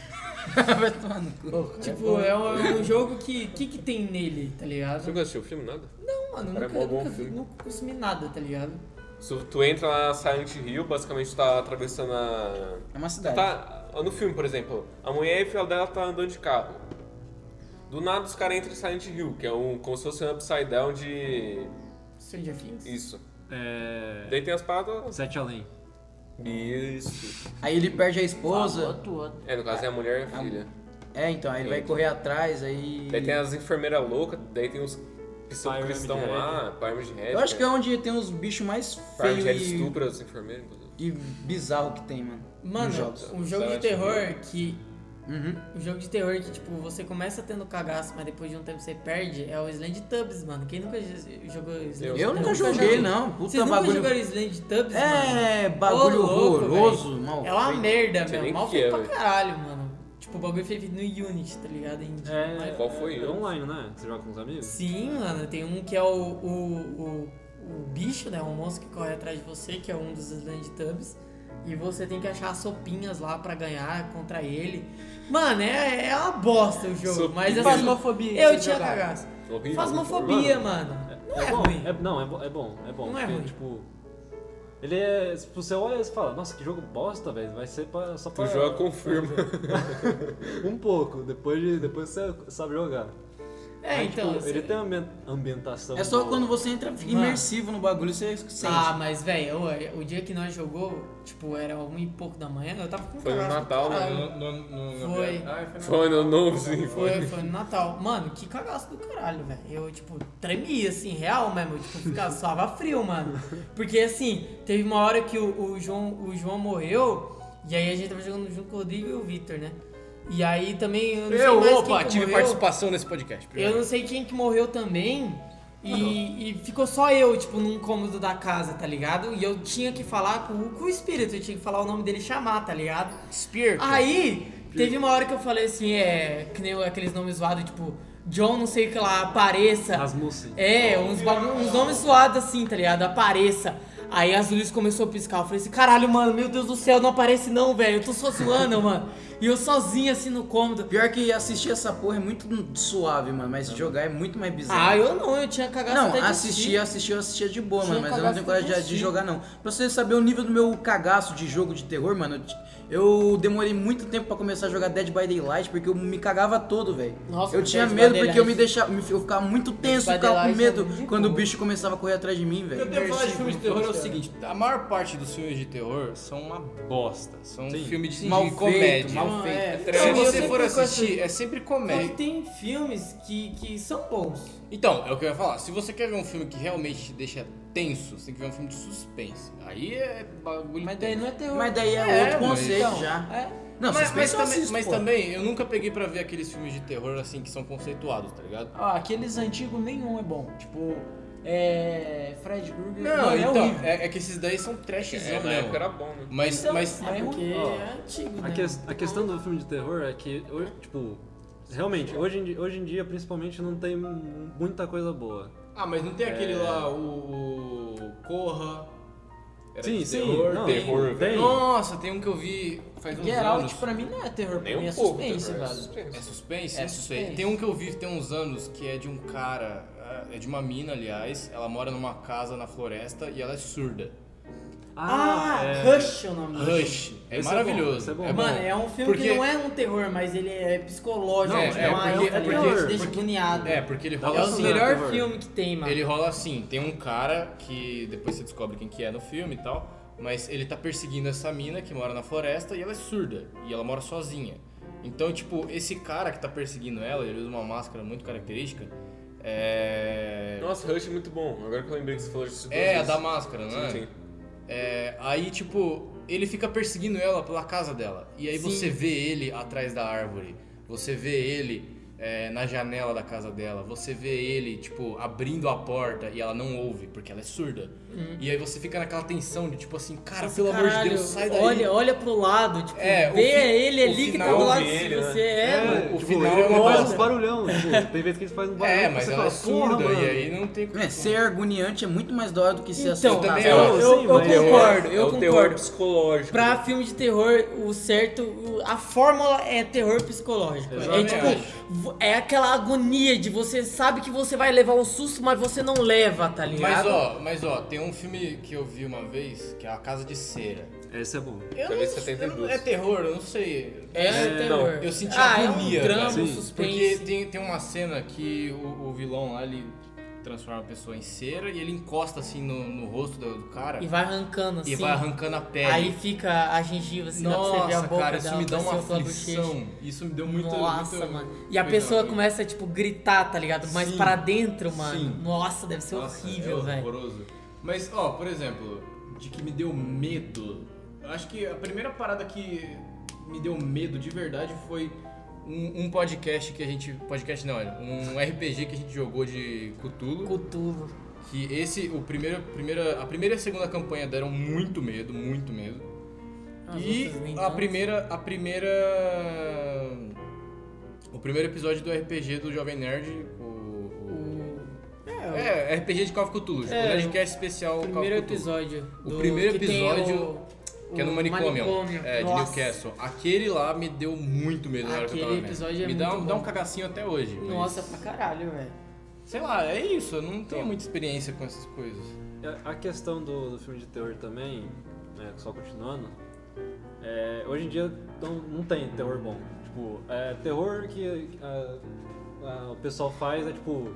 Vai tomar no cu.
Tipo, é um, é um jogo que. O que, que tem nele, tá ligado?
Você nunca assistiu o filme? Nada?
Não, mano,
Cara, é
nunca,
mó bom
nunca, vi-
filme.
nunca consumi nada, tá ligado?
Se tu entra lá na Silent Hill, basicamente tu tá atravessando a.
É uma cidade.
Tá, no filme, por exemplo, a mulher e o filho dela tá andando de carro. Do nada os caras entram em Silent Hill, que é um, como se fosse um upside down de.
Stranger Things.
Isso.
É...
Daí tem as paradas.
Sete Além.
Isso.
Aí ele perde a esposa.
É, no caso é a mulher e a filha.
É, então, aí ele vai correr atrás, aí...
Daí tem as enfermeiras loucas, daí tem os
Pyramid
cristãos
Head.
lá, Parma de Red.
Eu acho que é onde tem os bichos mais
Parma de
feios
Red
e...
estupra os enfermeiros, inclusive.
e bizarro que tem, mano.
Mano,
nos jogos.
um jogo de
Silent
terror que.
Uhum.
Um jogo de terror que, tipo, você começa tendo cagaço, mas depois de um tempo você perde, é o Slend Tubbs, mano. Quem nunca j- jogou Slend
Eu nunca joguei, não. Puta
Vocês nunca
bagulho.
jogaram Slend Tubbs, mano?
É,
Ô,
bagulho
louco,
horroroso, mal.
É uma
feito.
merda,
sei
meu.
nem o
Mal
que
feito
é,
pra
velho.
caralho, mano. Tipo, o bagulho foi feito no Unity, tá ligado? Em-
É...
Qual foi
é
eu?
online, né? Você joga com os amigos?
Sim, mano, tem um que é o, o, o, o bicho, né? O monstro que corre atrás de você, que é um dos Land Tubs. E você tem que achar as sopinhas lá pra ganhar contra ele. Mano, é, é uma bosta o jogo,
Sopinha.
mas assim.
Fasmofobia.
Eu
vocês
tinha
jogaram?
cagaço.
Horrível.
Fasmofobia, mano. Não é
bom,
ruim.
é- não, é, bo- é bom, é bom.
Não é
porque,
ruim.
Tipo, ele é. Tipo, você olha e você fala, nossa, que jogo bosta, velho. Vai ser pra, só
Tu
pra.
joga, confirma.
Um pouco, depois, de, depois você sabe jogar.
É,
Mas,
então.
Tipo, ele
você-
tem uma ambi- ambientação.
É só
boa.
quando você entra imersivo no bagulho, você sente.
Ah, mas velho, o dia que nós jogou, tipo, era um e pouco da manhã, eu tava com
Foi no
cagaço pra
Natal,
caralho.
mano.
No, no, no,
Foi.
Ah, foi no-
Foi no novo, sim, foi.
Foi, foi no Natal. Mano, que cagaço do caralho, velho. Eu, tipo, tremi, assim, real mesmo. Eu, tipo, ficava, suava frio, mano. Porque, assim, teve uma hora que o, o João, o João morreu, e aí a gente tava jogando junto com o Rodrigo e o Victor, né? E aí também, eu não sei
Eu,
mais
opa,
quem que
tive
morreu.
participação nesse podcast.
Eu
primeiro.
não sei quem que morreu também. E, e ficou só eu, tipo, num cômodo da casa, tá ligado? E eu tinha que falar com, o- com o espírito, eu tinha que falar o nome dele e chamar, tá ligado?
Espírito.
Aí, teve uma hora que eu falei assim, é. Que nem aqueles nomes zoados, tipo, John não sei o que lá, apareça.
Rasmussen.
É, uns, bagu- uns nomes zoados assim, tá ligado? Apareça. Aí as luzes começou a piscar. Eu falei assim, caralho, mano, meu Deus do céu, não aparece não, velho. Eu tô só zoando, mano. E eu sozinho assim no cômodo.
Pior que assistir essa porra é muito suave, mano, mas jogar é muito mais bizarro.
Ah, eu não, eu tinha cagado
Não,
até de
assistir, assistir, eu assistia de boa,
Tinha
mano, mas eu não
cagaço
tenho
até
coragem de,
de
de jogar, não. Pra você saber o nível do meu cagaço de jogo de terror, mano, eu t- eu demorei muito tempo pra começar a jogar Dead by Daylight, porque eu me cagava todo, velho.
Nossa,
Eu tinha
Dead by
medo porque eu
Daylight.
me deixava, me- eu ficava muito tenso,
by
ficava com
Daylight é
medo
muito de
quando o
boa.
bicho começava a correr atrás de mim,
Eu
velho.
tenho que falar de filme de terror é o seguinte, a maior parte dos filmes de terror são uma bosta, são filmes de,
Mal
de
feito,
comédia.
mal feito.
É,
Se
eu
você
sempre
for
com essa-
assistir, é sempre
Mas
comédia.
tem filmes que, que são bons.
Então, é o que eu ia falar. Se você quer ver um filme que realmente te deixa tenso, você tem que ver um filme de suspense. Aí é bagulho
Mas daí
tenso.
não é terror.
Mas daí é,
É,
outro
mas-
conceito
então.
já.
É.
mas,
Não,
mas
suspense eu
também,
assisto,
mas
pô.
também, eu nunca peguei pra ver aqueles filmes de terror assim que são conceituados, tá ligado?
Ah, aqueles antigos nenhum é bom. Tipo, é. Fred Krueger.
Não,
Mano, é
então,
horrível.
é, é que esses daí são trashzão
É, na
mesmo.
época era bom, né?
Mas, mas
é ruim.
Porque
Ó,
é antigo,
A,
né?
ques- a questão do filme de terror é que, hoje- tipo, realmente, hoje em, di- hoje em dia, principalmente, não tem mu- muita coisa boa.
Ah, mas não tem
É.
aquele lá, o. o Corra. Era
Sim,
de
sim,
terror,
não,
tem- um-
terror,
tem.
Nossa, tem um que eu vi faz uns
Get
anos.
Out pra mim não é terror, pra
Nem
mim é
um pouco.
suspense,
terror, é
velho.
É
suspense.
suspense?
É
não sei.
suspense.
Tem um que eu vi tem uns anos que é de um cara, ah, é de uma mina, aliás. Ela mora numa casa na floresta e ela é surda.
Ah,
é-
Rush é o nome dele.
Rush. É
Esse é
maravilhoso.
bom, esse é bom.
Mano, é um filme
Porque-
que não é um terror, mas ele é psicológico.
Não,
tipo,
é,
é
uma
um
porque-
tá
é
ligado?
porque-
Te deixa agoniado.
É, porque ele
Dá
rola
pra
É o
Nossa,
assim.
né,
melhor
terror.
filme que tem,
Ah.
mano.
Ele rola assim, tem um cara que depois você descobre quem que é no filme e tal, mas ele tá perseguindo essa mina que mora na floresta e ela é surda e ela mora sozinha. Então, tipo, esse cara que tá perseguindo ela, ele usa uma máscara muito característica, é...
Nossa, Rush é muito bom. Agora que eu lembrei que você falou disso. duas
É, a
vezes.
da máscara, não é?
Sim, sim.
É, aí, tipo, ele fica perseguindo ela pela casa dela. E aí você vê ele atrás da árvore. Você vê ele é, na janela da casa dela. Você vê ele, tipo, abrindo a porta e ela não ouve, porque ela é surda. E aí você fica naquela tensão de, tipo assim, cara,
Nossa,
pelo amor de
caralho,
Deus, sai daí.
Olha, olha pro lado, tipo,
É, o
vê
fi-
ele
o
ali que tá
final
do lado de
dele, né?
você. É, mano.
o
Tipo,
final
ele
é uma
não faz
bosta.
uns barulhão, tipo, tem vezes que ele faz um barulho
É,
que
mas
você
ela
fala,
é surda
"Porra,
e
mano."
aí não tem como.
É, ser agoniante é muito mais da hora do que ser
Então,
assustado.
também, ó,
eu, eu-
sim,
eu
mas é o-
concordo,
é
eu
o terror
concordo.
psicológico.
Pra filme de terror, o certo, o- a fórmula é terror psicológico. É
Exatamente.
tipo, vo- é aquela agonia de você sabe que você vai levar um susto, mas você não leva, tá
Mas
ligado?
ó, mas ó, tem um filme que eu vi uma vez, que é A Casa de Cera.
Esse é bom.
Eu
Talvez
não-
72.
eu não- É terror, eu não sei.
é, terror.
Eu senti
ah,
agonia,
é um drama,
cara.
um
Sim.
suspense.
Porque tem, tem uma cena que o, o vilão lá, ele transforma a pessoa em cera e ele encosta assim no, no rosto do, do cara
E
e,
vai arrancando assim.
vai arrancando a pele.
Aí fica a gengiva assim, dá pra você ver a
Nossa,
boca
cara, isso
dela, assim,
me dá uma
apareceu pela bochecha.
aflição. Isso me deu muito.
Nossa,
muito-
mano. E a
muito
pessoa
horrível.
começa a, tipo, gritar, tá ligado? Mas
Sim.
pra dentro, mano.
Sim.
Nossa, deve ser
Nossa,
horrível,
é
velho.
horroroso. Mas, ó, por exemplo, de que me deu medo. Eu acho que a primeira parada que me deu medo de verdade foi um, um podcast que a gente. Podcast não, olha. Um RPG que a gente jogou de Cthulhu.
Cutulo.
Que esse, o primeiro, primeira, a primeira e a segunda campanha deram muito medo, muito medo.
As
e
outras nem
a
tanto.
primeira, a primeira, o primeiro episódio do RPG do Jovem Nerd, o, o- é, RPG de Call of Cthulhu, o
É,
Nerdcast especial Call
primeiro
of Cthulhu.
episódio.
O
do-
primeiro
que tem
episódio
o-
Que é no
o
manicômio,
manicômio.
é, de
Nossa.
Newcastle. Aquele lá me deu muito medo na hora que
Aquele
eu tava vendo.
episódio é
me dá,
muito
um, dá um
bom.
cagacinho até hoje. mas-
Nossa, pra caralho, velho.
Sei lá, é isso, eu não tenho muita experiência com essas coisas.
É, A- A questão do, do filme de terror também, né, só continuando, é, hoje em dia não, não tem terror bom. Tipo, é, terror que ah, ah, o pessoal faz é tipo.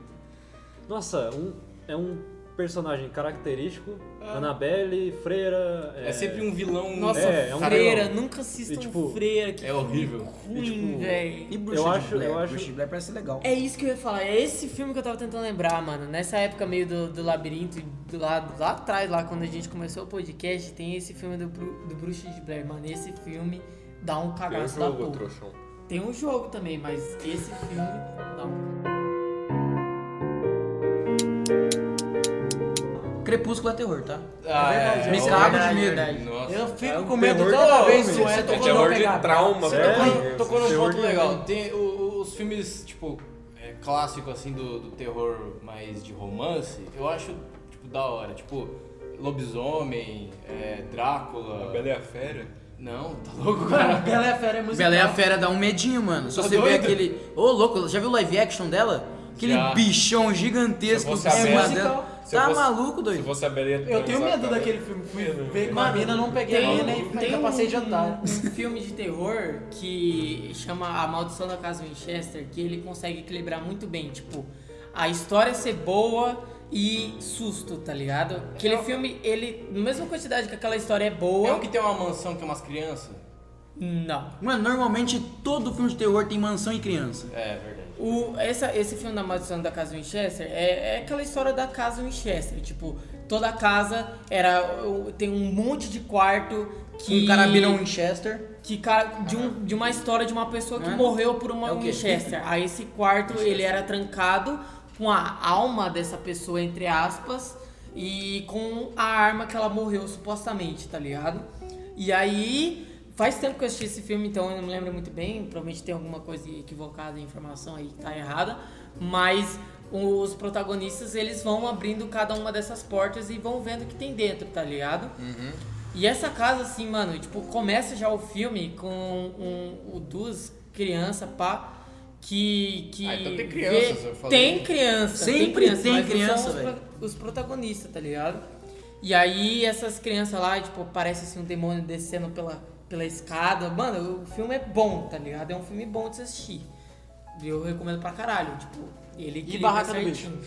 Nossa, um- é um personagem característico, Annabelle, Freira.
É, sempre um vilão.
Nossa,
é, é um
freira,
vilão.
nunca assistam
E, tipo,
freira, que
É horrível.
ruim,
tipo,
velho.
E Bruxa
Eu
de
acho-
Blair.
eu acho-
Bruxa de Blair parece legal.
É isso que eu ia falar, é esse filme que eu tava tentando lembrar, mano. Nessa época meio do, do labirinto, do lado, lá atrás, lá quando a gente começou o podcast, tem esse filme do, Bru- do Bruxo de Blair, mano. Esse filme dá um
Tem um
cagaço da
jogo,
porra.
trouxão.
Tem um jogo também, mas esse filme dá um...
Crepúsculo é terror, tá?
Ah, é,
Me
é
cago de
horrível.
medo.
Nossa.
Eu fico
É um
com medo
terror
toda
que-
vez
Não,
que o
isso é
Eto
É
Tocou
quando eu
terror de
pegar a
trauma,
Você
velho.
Tocou, tocou num
Terror
ponto
de-
legal. Tem o- o- os filmes, tipo, é, clássico assim, do, do terror mais de romance, eu acho, tipo, da hora. Tipo, Lobisomem, é, Drácula.
Bela e a Fera.
Não, tá louco, cara.
Bela e a Fera é musical.
Bela é a Fera dá um medinho, mano. Se
Tá
você vê
doido?
aquele. Ô, louco, já viu o live action dela? Aquele
Já.
bichão gigantesco
Se eu fosse
em
a
cima
Bela-
dela.
Se eu
Tá
fosse-
maluco,
Se
doido?
você abelha,
Eu tenho
tá,
medo
né?
daquele filme. Fui
Eu não-
ver com
Mano,
a mina, não peguei
tem
a
né?
mina
um-
e
tem
ainda passei de
um-
otário.
Um filme de terror que chama A Maldição da Casa Winchester, que ele consegue equilibrar muito bem, tipo, a história ser boa e susto, tá ligado? Aquele filme, ele, na mesma quantidade que aquela história é boa,
É o que tem uma mansão que tem umas crianças?
não.
Mano, normalmente todo filme de terror tem mansão e criança.
É, verdade.
O, essa, esse filme da Maldição da Casa Winchester é, é aquela história da Casa Winchester. Tipo, toda a casa era, o- tem um monte de quarto que.
Um carabina Winchester.
que cara de, um, de uma história de uma pessoa que
Hã?
morreu por uma
É o quê?
Winchester. Aí esse quarto ele era trancado com a alma dessa pessoa entre aspas e com a arma que ela morreu supostamente, tá ligado? E aí faz tempo que eu assisti esse filme, então eu não me lembro muito bem, provavelmente tem alguma coisa equivocada, informação aí que tá errada, mas os protagonistas eles vão abrindo cada uma dessas portas e vão vendo o que tem dentro, tá ligado? E essa casa, assim, mano, tipo, começa já o filme com um, o duas crianças, pá, que. que
Ah, então tem crianças, eu falei.
Tem criança, tem
Sempre
criança.
tem
mas não são
criança,
os pro-
velho.
Os protagonistas, tá ligado? E aí essas crianças lá, tipo, parece assim um demônio descendo pela, pela escada. Mano, o filme é bom, tá ligado? É um filme bom de se assistir. Eu recomendo pra caralho, tipo, ele
E
equilibra
Barraca do
certinho.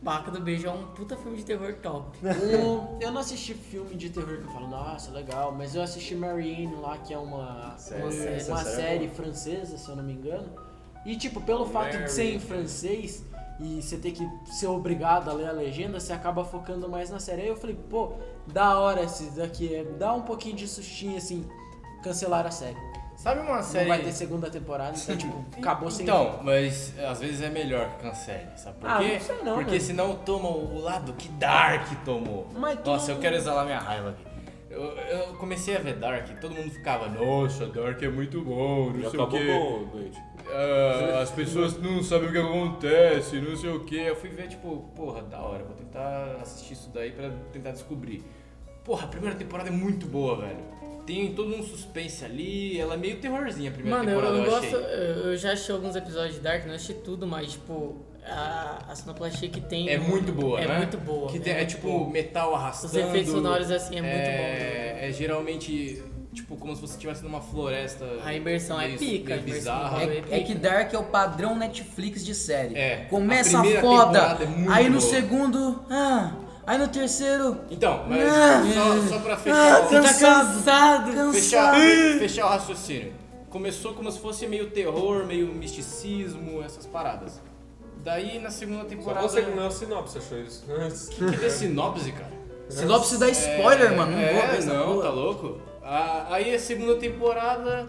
Barraca do Beijo é um puta filme de terror top.
O- eu não assisti filme de terror que eu falo, nossa, legal, mas eu assisti Marianne lá, que é uma, uma, série, uma série francesa, se eu não me engano. E, tipo, pelo fato de ser em francês e você ter que ser obrigado a ler a legenda, você acaba focando mais na série. Aí eu falei, pô, da hora esse daqui, é, dá um pouquinho de sustinho, assim, cancelar a série.
Sabe uma série...
Não vai ter segunda temporada, então, tipo, acabou sem
Então, mas às vezes é melhor que cancele, sabe por
Ah,
quê?
não sei não,
Porque
mano.
senão toma o lado que Dark tomou.
Mas tu
Nossa,
não-
eu quero exalar minha raiva aqui. Eu, eu comecei a ver Dark e todo mundo ficava, nossa, Dark é muito bom, não
Já
sei o
acabou
quê.
com o doente.
Ah, as pessoas não sabem o que acontece, não sei o que. Eu fui ver, tipo, porra, da hora, vou tentar assistir isso daí pra tentar descobrir. Porra, a primeira temporada é muito boa, velho. Tem todo um suspense ali, ela é meio terrorzinha a primeira
Mano, eu,
temporada,
eu
achei.
gosto. Eu eu já achei alguns episódios de Dark, não achei tudo, mas, tipo, a, a sonoplastia que tem.
É muito boa,
é
né?
muito boa.
Que tem- é,
muito
tipo
boa.
metal arrastando.
Os efeitos sonoros, assim, é muito
é, bom. É geralmente, tipo, como se você estivesse numa floresta.
A imersão é
meio-
pica,
meio
a imersão do
bizarra.
bagulho.
É, é que Dark é o padrão Netflix de série.
É.
Começa
A primeira
foda,
temporada é muito
aí no
boa.
segundo, ah, aí no terceiro,
Então, mas
Ah,
só, só pra
ah,
fechar, o-
tá cansado,
fechar,
cansado.
fechar o raciocínio. Começou como se fosse meio terror, meio misticismo, essas paradas. Daí na segunda
Só
temporada.
você que não é o sinopse, achou isso.
Que dê sinopse, cara?
Sinopse dá spoiler, mano, não
é,
vou ver essa
não,
porra.
tá louco? Ah, aí a segunda temporada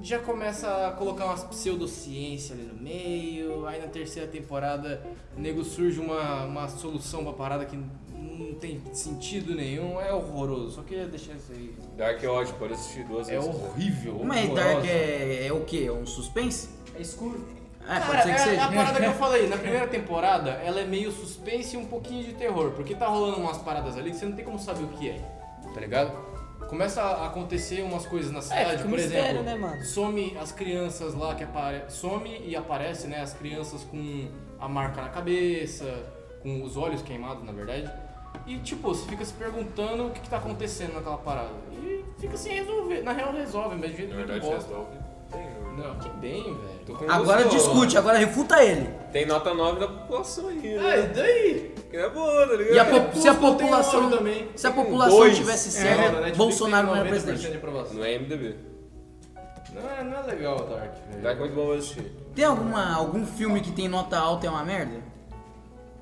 já começa a colocar umas pseudociência ali no meio. Aí na terceira temporada, o nego surge uma, uma solução pra parada que não tem sentido nenhum. É horroroso. Só queria deixar isso aí.
Dark é ótimo, pode assistir duas
É
vezes.
horrível.
Mas
horrorosa.
Dark é, é o quê? É um suspense?
É escuro.
Ah,
Cara,
pode ser que
é a
seja.
parada que eu falei. Na primeira temporada, ela é meio suspense e um pouquinho de terror. Porque tá rolando umas paradas ali que você não tem como saber o que é. Tá ligado? Começa a acontecer umas coisas na cidade,
fica um
por
mistério,
exemplo.
né, mano?
Some as crianças lá que aparecem. Some e aparece, né? As crianças com a marca na cabeça, com os olhos queimados, na verdade. E tipo, você fica se perguntando o que, que tá acontecendo naquela parada. E fica sem resolver. Na real resolve, mas de jeito
Na
muito
verdade,
bosta.
resolve. Tem, né?
Não, que bem, velho.
Tô com
Agora
você, ó.
discute, agora refuta ele.
Tem nota 9 da população aí,
Ah, e
né?
daí?
Que é boa, tá ligado?
E a po- se a
Crepúsculo tem
população,
nove também.
se a
Tem
população
dois.
tivesse
É,
séria,
na
né,
Netflix
Bolsonaro não
tem
era
90%
presidente.
de aprovação.
No IMDB.
Não é, não é legal o Dark, velho.
Dark é muito bom pra assistir.
Tem alguma, algum filme que tem nota alta e é uma merda?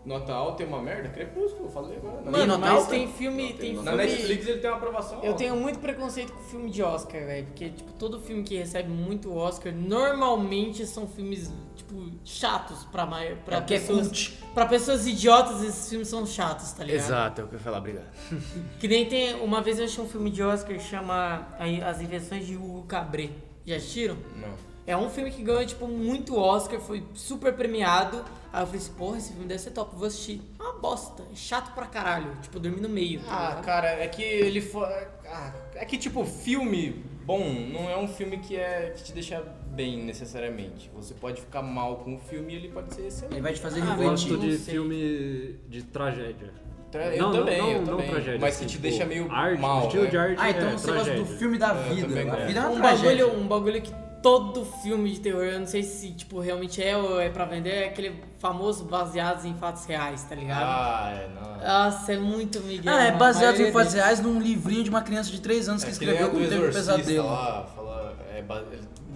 Nota alta é uma merda? Crepúsculo, eu falei agora. Não.
Tem
Mano,
nota
mas
alta?
tem filme. Tem
Na
filme
Netflix ele tem uma aprovação
Eu
alta.
tenho muito preconceito com filme de Oscar, velho. Porque, tipo, todo filme que recebe muito Oscar normalmente são filmes, tipo, chatos pra, mai- pra
É porque é
pessoas.
cult.
pra pessoas idiotas, esses filmes são chatos, tá ligado?
é o que eu ia falar, obrigado.
Que nem tem. Uma vez eu achei um filme de Oscar que chama A- As Invenções de Hugo Cabret. Já assistiram?
Não.
É um filme que ganhou, tipo, muito Oscar, foi super premiado. Aí eu falei assim, porra, esse filme deve ser top, vou assistir. Uma bosta. É chato pra caralho. Tipo, eu dormi no meio. tá
Ah,
ligado?
cara, é que ele foi. Ah, é que tipo, filme bom não é um filme que, é, que te deixa bem necessariamente. Você pode ficar mal com o filme e ele pode ser excelente.
Ele vai te fazer
Ah,
Eu
refletir.
gosto de
não sei.
filme de tragédia.
Tra- Eu
Não, não,
também,
não,
eu
não
também.
tragédia,
mas que
assim,
te
tipo,
deixa meio
arte,
mal.
estilo
né?
de arte.
Ah, então
é,
você gosta do
tragédia.
filme da
Eu
vida.
também
A
gosto.
vida é uma
um
tragédia.
bagulho, um bagulho que todo filme de terror, eu não sei se tipo realmente é ou é pra vender, é aquele famoso baseados em fatos reais, tá ligado?
Ah, é, não.
Nossa, é muito Miguel.
Ah, é
a
baseado
maioria
em fatos
deles.
reais num livrinho de uma criança de 3 anos que
É que nem
escreveu
a do
como teve um
Exorcista
pesadelo.
Lá, fala, é ba-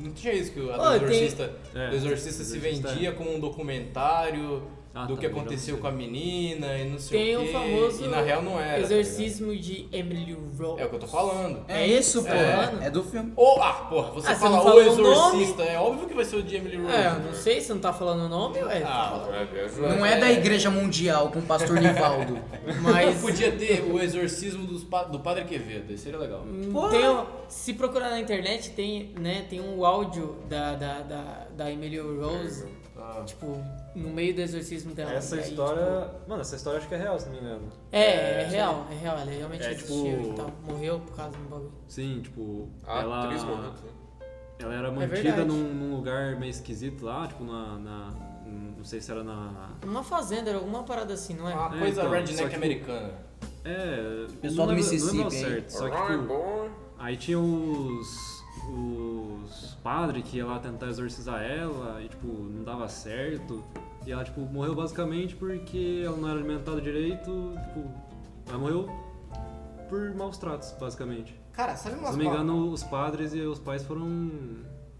Não tinha isso que o a
Ô,
do
Ah, tem-
exorcista,
É,
do exorcista
do
se
Exorcista,
vendia com um documentário
Ah,
do
tá,
que
eu já
aconteceu
sei.
com a menina e não sei
Tem
o
o
quê.
famoso
e na real não era. tá
Exorcismo de Emily
ligado?
Rose.
é o que eu tô falando.
É isso, pô.
É.
É do filme.
Ou, ah, porra, você
Ah, você
fala
não
o
falou o nome?
exorcista, é óbvio que vai ser o de Emily Rose.
É, eu não sei se não tá falando o nome, ué.
Ah,
Não é da Igreja Mundial com o pastor Nivaldo.
mas podia ter o exorcismo dos pa- do Padre Quevedo, isso seria legal.
Porra.
Tem o- se procurar na internet, tem, né, tem um áudio da, da, da, da Emily Rose,
Ah.
tipo, no meio do exorcismo dela.
Essa
E aí,
história. Mano, essa história acho que é real, se não me engano.
tipo, é, é real, é real. Ela realmente
É,
existiu
tipo-
e tal. Morreu por causa do bagulho.
Sim, tipo.
A
ela...
atriz morreu. né?
Ela era
verdade.
mantida num, num lugar meio esquisito lá, tipo na. na- não sei se era na.
Uma fazenda, era alguma parada assim, não é?
Uma
É,
coisa
então, só
redneck
que-
americana.
É.
Pessoal
não
do
lembro-
Mississippi,
Não lembro ao
hein?
certo, só que
Alright,
tipo.
boy.
Aí tinha os. Os padres que ia lá tentar exorcizar ela e, tipo, não dava certo. E ela, tipo, morreu basicamente porque ela não era alimentada direito. Tipo, ela morreu por maus tratos, basicamente.
Cara, sabe
Se
umas
não me engano, os padres e os pais foram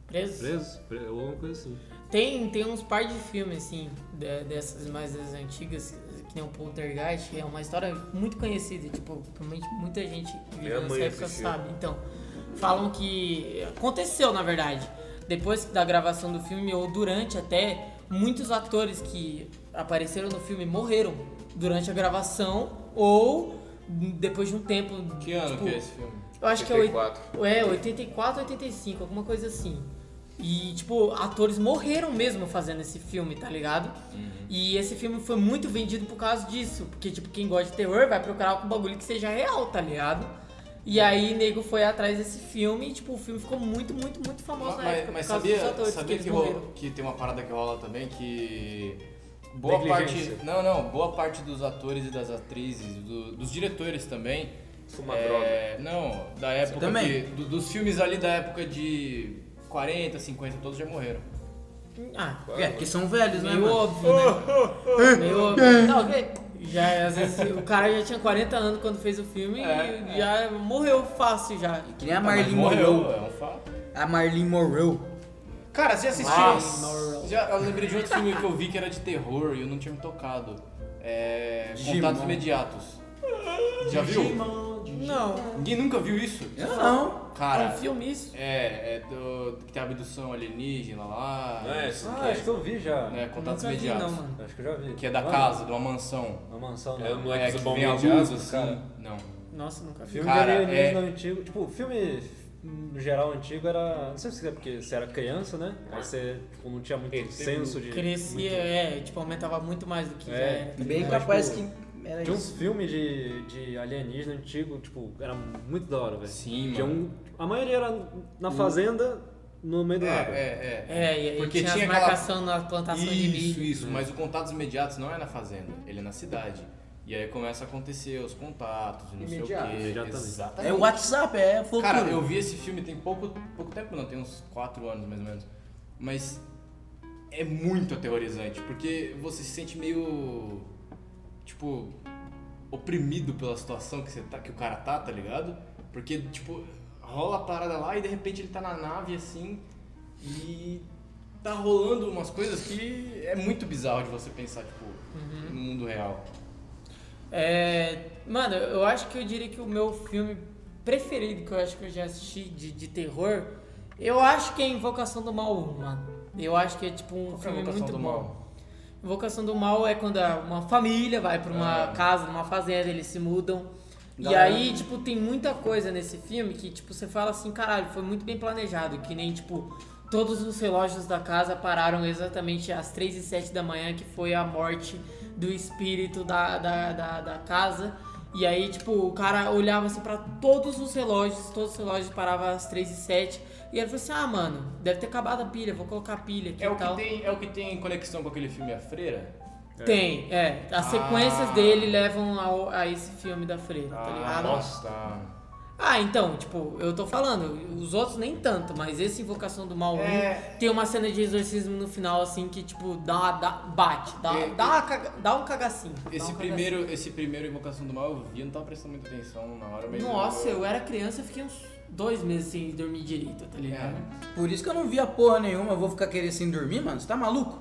presos?
presos, pre- ou alguma coisa assim.
Tem, tem uns par de filmes, assim, de- dessas mais das antigas, que nem o Poltergeist, que é uma história muito conhecida, tipo, provavelmente muita gente que
Minha
viveu nessa
mãe
época
assistiu.
sabe. Então, falam que aconteceu, na verdade, depois da gravação do filme, ou durante até, muitos atores que apareceram no filme morreram durante a gravação, ou depois de um tempo.
Que ano
tipo,
que é esse filme?
Eu acho que é oit-
84.
é 84, 85, alguma coisa assim. E, tipo, atores morreram mesmo fazendo esse filme, tá ligado?
Uhum.
E esse filme foi muito vendido por causa disso. Porque, tipo, quem gosta de terror vai procurar um bagulho que seja real, tá ligado? E
É.
aí, nego foi atrás desse filme e, tipo, o filme ficou muito, muito, muito famoso
Mas,
na época
mas
por causa dos
sabia,
atores
sabia
eles
que,
morreram.
rola- que tem uma parada que rola também que boa parte
Negligência.
não não boa parte dos atores e das atrizes do- dos diretores também
Isso é uma
é, não da época
também?
que- do- dos filmes ali da época de 40 50 todos já morreram
Ah,
É, porque são velhos, né?
meio
mano?
óbvio, né? meio óbvio. Não, ok. Já, às vezes, o cara já tinha 40 anos quando fez o filme
É,
e já morreu fácil já.
Que nem a
Mas
Marlene
morreu
Monroe.
é um fato
A Marlene Monroe.
cara você
Ah,
assistiu
Nossa.
já, eu lembrei de outro filme que eu vi que era de terror e eu não tinha me tocado é,
Digimon.
contatos imediatos já viu
Não.
ninguém nunca viu isso
Eu não.
cara
É um filme isso?
É, é do. que tem abdução alienígena lá.
Não é esse?
Ah, acho que eu vi já.
Né, contatos
Nunca vi,
imediatos.
não, mano.
Acho que eu já vi. Ah,
que é da
Mano,
casa, de uma mansão.
Uma mansão,
É o
né?
moleque
é,
do
que
bom
vem a luz,
imediato,
assim.
cara.
Não.
Nossa, nunca vi.
Filme
Cara,
de alienígena
é-
antigo. Tipo, filme no geral antigo era. Não sei se é porque você era criança, né? Aí você tipo, não tinha muito senso de.
Crescia,
muito-
é, tipo, aumentava muito mais do que já
É.
era.
Bem
Mas,
capaz que
tipo,
era
Tinha
isso.
uns filmes de, de alienígena antigo, tipo, era muito da hora, velho.
Sim,
Tinha
mano.
um- A maioria era na fazenda, no meio do
É,
nada.
é, é.
É, e aí
Porque
tinha,
tinha
as
aquela-
marcação na plantação de
Isso,
milho.
isso. Mas o contatos imediatos não é na fazenda, ele é na cidade. E aí começa a acontecer os contatos, e não
Imediato.
sei o quê.
Imediatamente.
Exatamente.
É o WhatsApp, é futuro.
Cara, eu vi esse filme tem pouco, pouco tempo, não, tem uns 4 anos mais ou menos. Mas é muito aterrorizante, porque você se sente meio. Tipo. oprimido pela situação que, você tá, que o cara tá, tá ligado? Porque, tipo, rola a parada lá e de repente ele tá na nave assim e tá rolando umas coisas que é muito bizarro de você pensar, tipo,
Uhum.
no mundo real.
É, mano, eu acho que eu diria que o meu filme preferido que eu acho que eu já assisti de, de terror, eu acho que é Invocação do Mal 1, mano. Eu acho que é tipo um
Qual que é a
filme
Invocação
muito
do
bom.
Mal?
Invocação do Mal é quando a- uma família vai pra uma
Ah.
casa, numa fazenda, eles se mudam. E
Galera.
aí, tipo, tem muita coisa nesse filme que, tipo, você fala assim, caralho, foi muito bem planejado. Que nem, tipo, Todos os relógios da casa pararam exatamente às 3 e 7 da manhã, que foi a morte do espírito da, da, da, da casa. E aí, tipo, o cara olhava assim pra todos os relógios, todos os relógios paravam às 3 e 7 E ele falou assim, ah, mano, deve ter acabado a pilha, vou colocar a pilha aqui
É
e
o, que
tal.
tem, é o que tem conexão com aquele filme A Freira?
Tem, é. As sequências dele levam ao- a esse filme da freira, tá
Ah,
ligado?
nossa, tá.
Ah, então, tipo, eu tô falando, os outros nem tanto, mas esse Invocação do Mal 1
É.
tem uma cena de exorcismo no final, assim, que, tipo, dá, uma- dá bate, dá,
É,
dá, uma caga- dá um cagacinho. dá
Esse
um
primeiro, esse primeiro Invocação do Mal eu vi, eu não tava prestando muita atenção na hora, mas...
cagacinho. Nossa, eu era criança e fiquei uns dois meses sem dormir direito, tá ligado?
É.
Por isso que eu não via porra nenhuma, eu vou ficar querendo sem dormir, mano? Você tá maluco?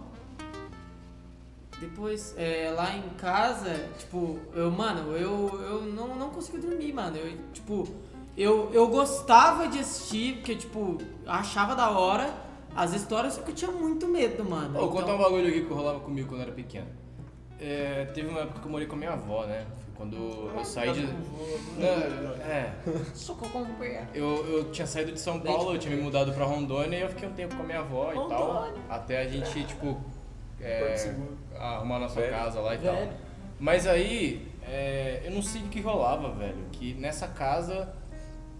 Depois, é, lá em casa, tipo, eu, mano, eu, eu não, não consigo dormir, mano. Eu, tipo, eu, eu gostava de assistir, porque, tipo, achava da hora as histórias, só que eu tinha muito medo, mano. Então,
Vou contar um bagulho aqui que rolava comigo quando eu era pequeno. É, teve uma época que eu morei com a minha avó, né? Foi quando eu saí de. Não, é. Eu, eu tinha saído de São Paulo, eu tinha me mudado pra Rondônia e eu fiquei um tempo com a minha avó e tal. Até a gente, tipo, é, arrumar nossa casa lá e tal. Mas aí, é, eu não sei o que rolava, velho. Que nessa casa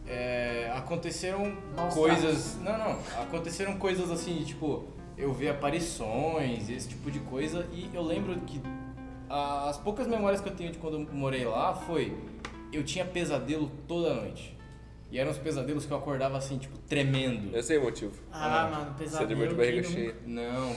é, aconteceram coisas. Não, não. Aconteceram coisas assim, de, tipo, eu vi aparições, esse tipo de coisa. E eu lembro que a- as poucas memórias que eu tenho de quando eu morei lá foi. Eu tinha pesadelo toda noite. E eram os pesadelos que eu acordava assim, tipo, tremendo.
Eu sei o motivo.
Ah, mano,
Você
pesadelo.
dormiu de barriga cheia.
Não,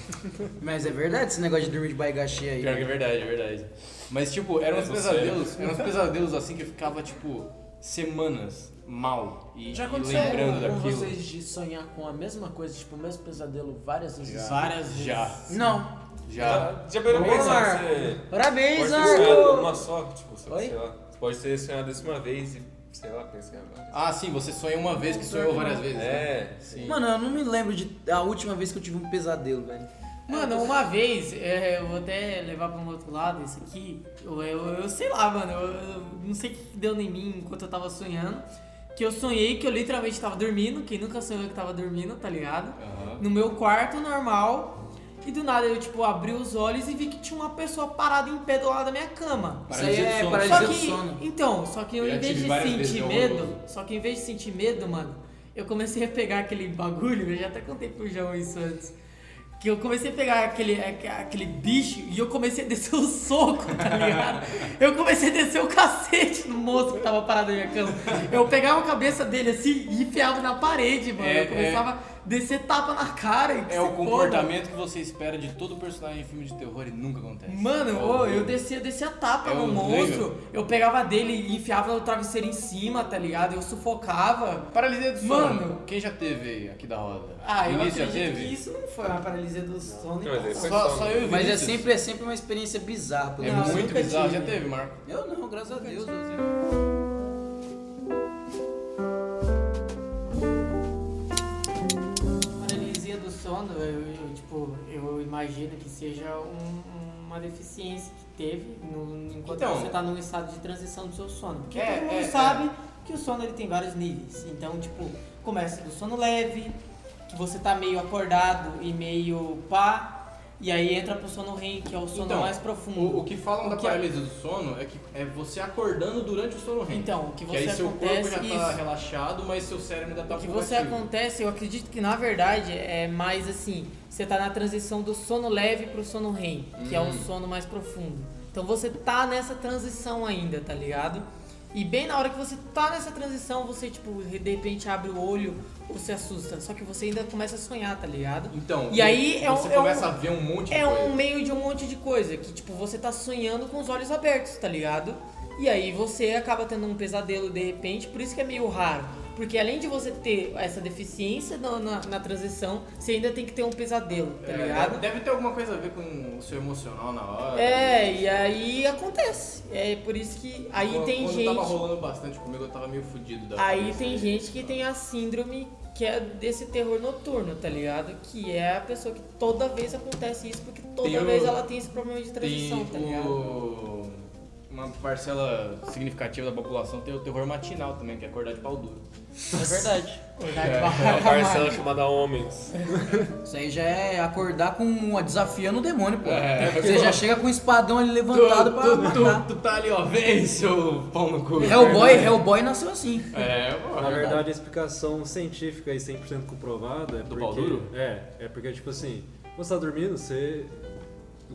Mas é verdade esse negócio de dormir de barriga cheia aí.
Pior que é verdade, é verdade. Mas, tipo, eram uns pesadelos, eram uns pesadelos assim que eu ficava, tipo, semanas mal e,
Já
e
aconteceu
lembrando
com
daquilo.
vocês de sonhar com a mesma coisa, tipo, o mesmo pesadelo várias vezes?
Várias vezes. Já,
Não.
já.
Ah, Já parou pra pensar que você pode
Parabéns,
ter sonhado
Arthur!
uma só, tipo, só que, sei lá. Você pode ter sonhado isso uma vez e, sei lá, pensar agora.
Ah, sim, você sonhou uma vez que sonhou várias vezes. né?
É, sim.
Mano, eu não me lembro de a última vez que eu tive um pesadelo, velho.
Mano, uma vez, é, eu vou até levar pra um outro lado esse aqui. Eu, eu, eu sei lá, mano, eu, eu não sei o que que deu em mim enquanto eu tava sonhando. Que eu sonhei que eu literalmente tava dormindo. Quem nunca sonhou que tava dormindo, tá ligado?
Aham.
No meu quarto normal. E do nada eu, tipo, abri os olhos e vi que tinha uma pessoa parada em pé do lado da minha cama.
Isso aí
Paralisia do
é
Só
sono.
paralisia do
que,
sono.
então, só que eu,
Eu já
em vez
tive
de
várias vezes,
sentir
é
medo,
horroroso.
só que em vez de sentir medo, mano, eu comecei a pegar aquele bagulho, eu já até contei pro João isso antes. Que eu comecei a pegar aquele, aque- aquele bicho e eu comecei a descer o soco, tá ligado? Eu comecei a descer o cacete no moço que tava parado na minha cama. Eu pegava a cabeça dele assim e enfiava na parede, mano.
É,
eu começava a descer tapa na cara. E que
É
se
o
foda.
comportamento que você espera de todo personagem em filme de terror e nunca acontece.
Mano, ô, eu descia, descia tapa
É
no
horrível.
monstro, eu pegava dele e enfiava o travesseiro em cima, tá ligado? Eu sufocava.
Paralisia do sono.
Mano.
Quem já teve aí, aqui da roda?
Ah, eu
Vinícius já
acredito
teve?
que isso não foi uma paralisia do sono.
Não, mas
então.
aí foi
Só,
só, um
só eu e o
Mas é
Vinícius.
sempre, é sempre uma experiência bizarra, pelo
É
menos.
muito
nunca
bizarro.
tive.
Já teve, Marco?
Eu não, graças a Deus.
Paralisia do sono, eu, eu, tipo, eu imagino que seja um- uma deficiência que teve no- enquanto
Então.
você tá num estado de transição do seu sono. Porque
É,
todo mundo
é,
sabe que o sono ele tem vários níveis. Então, tipo, começa do sono leve, que você tá meio acordado e meio pá, e aí entra pro sono REM, que é o sono
Então,
mais profundo.
O, o que falam
O
da
que-
paralisia do sono é que é você acordando durante o sono REM.
Então, o que
que aí
você
seu
acontece
corpo já tá
isso.
relaxado, mas seu cérebro ainda tá
O que você acontece, eu acredito que na verdade é mais assim, você tá na transição do sono leve pro sono REM, que é o sono mais profundo. Então você tá nessa transição ainda, tá ligado? E bem na hora que você tá nessa transição, você tipo, de repente abre o olho ou se assusta, só que você ainda começa a sonhar, tá ligado?
Então,
E aí é um-
você
é um-
começa a ver um monte de
É
coisa.
um meio de um monte de coisa, que tipo, você tá sonhando com os olhos abertos, tá ligado? E aí você acaba tendo um pesadelo de repente, por isso que é meio raro. Porque além de você ter essa deficiência na, na, na transição, você ainda tem que ter um pesadelo, tá
É,
ligado?
Deve ter alguma coisa a ver com o seu emocional na hora. né?
É, e aí acontece. É por isso que aí
Quando-
tem
quando
gente.
tava rolando né? bastante comigo, eu tava meio fudido da
Aí
cabeça.
tem gente que tem a síndrome que é desse terror noturno, tá ligado? Que é a pessoa que toda vez acontece isso, porque toda
Tem o-
vez ela tem esse problema de transição, tá
Tem
ligado?
o... uma parcela significativa da população tem o terror matinal também, que é acordar de pau duro.
É verdade.
É uma parcela chamada Homens.
Isso aí já é acordar com uma desafiando o demônio, pô. Você já chega com um espadão ali levantado pra
tu,
matar.
tu, tu tá ali, ó, vem, seu pau no cu. né?
Hellboy, Hellboy nasceu assim.
É, pô.
Na verdade, a explicação científica e 100% comprovada é Do porque...
pau duro?
É, é porque, tipo assim, você tá dormindo, você...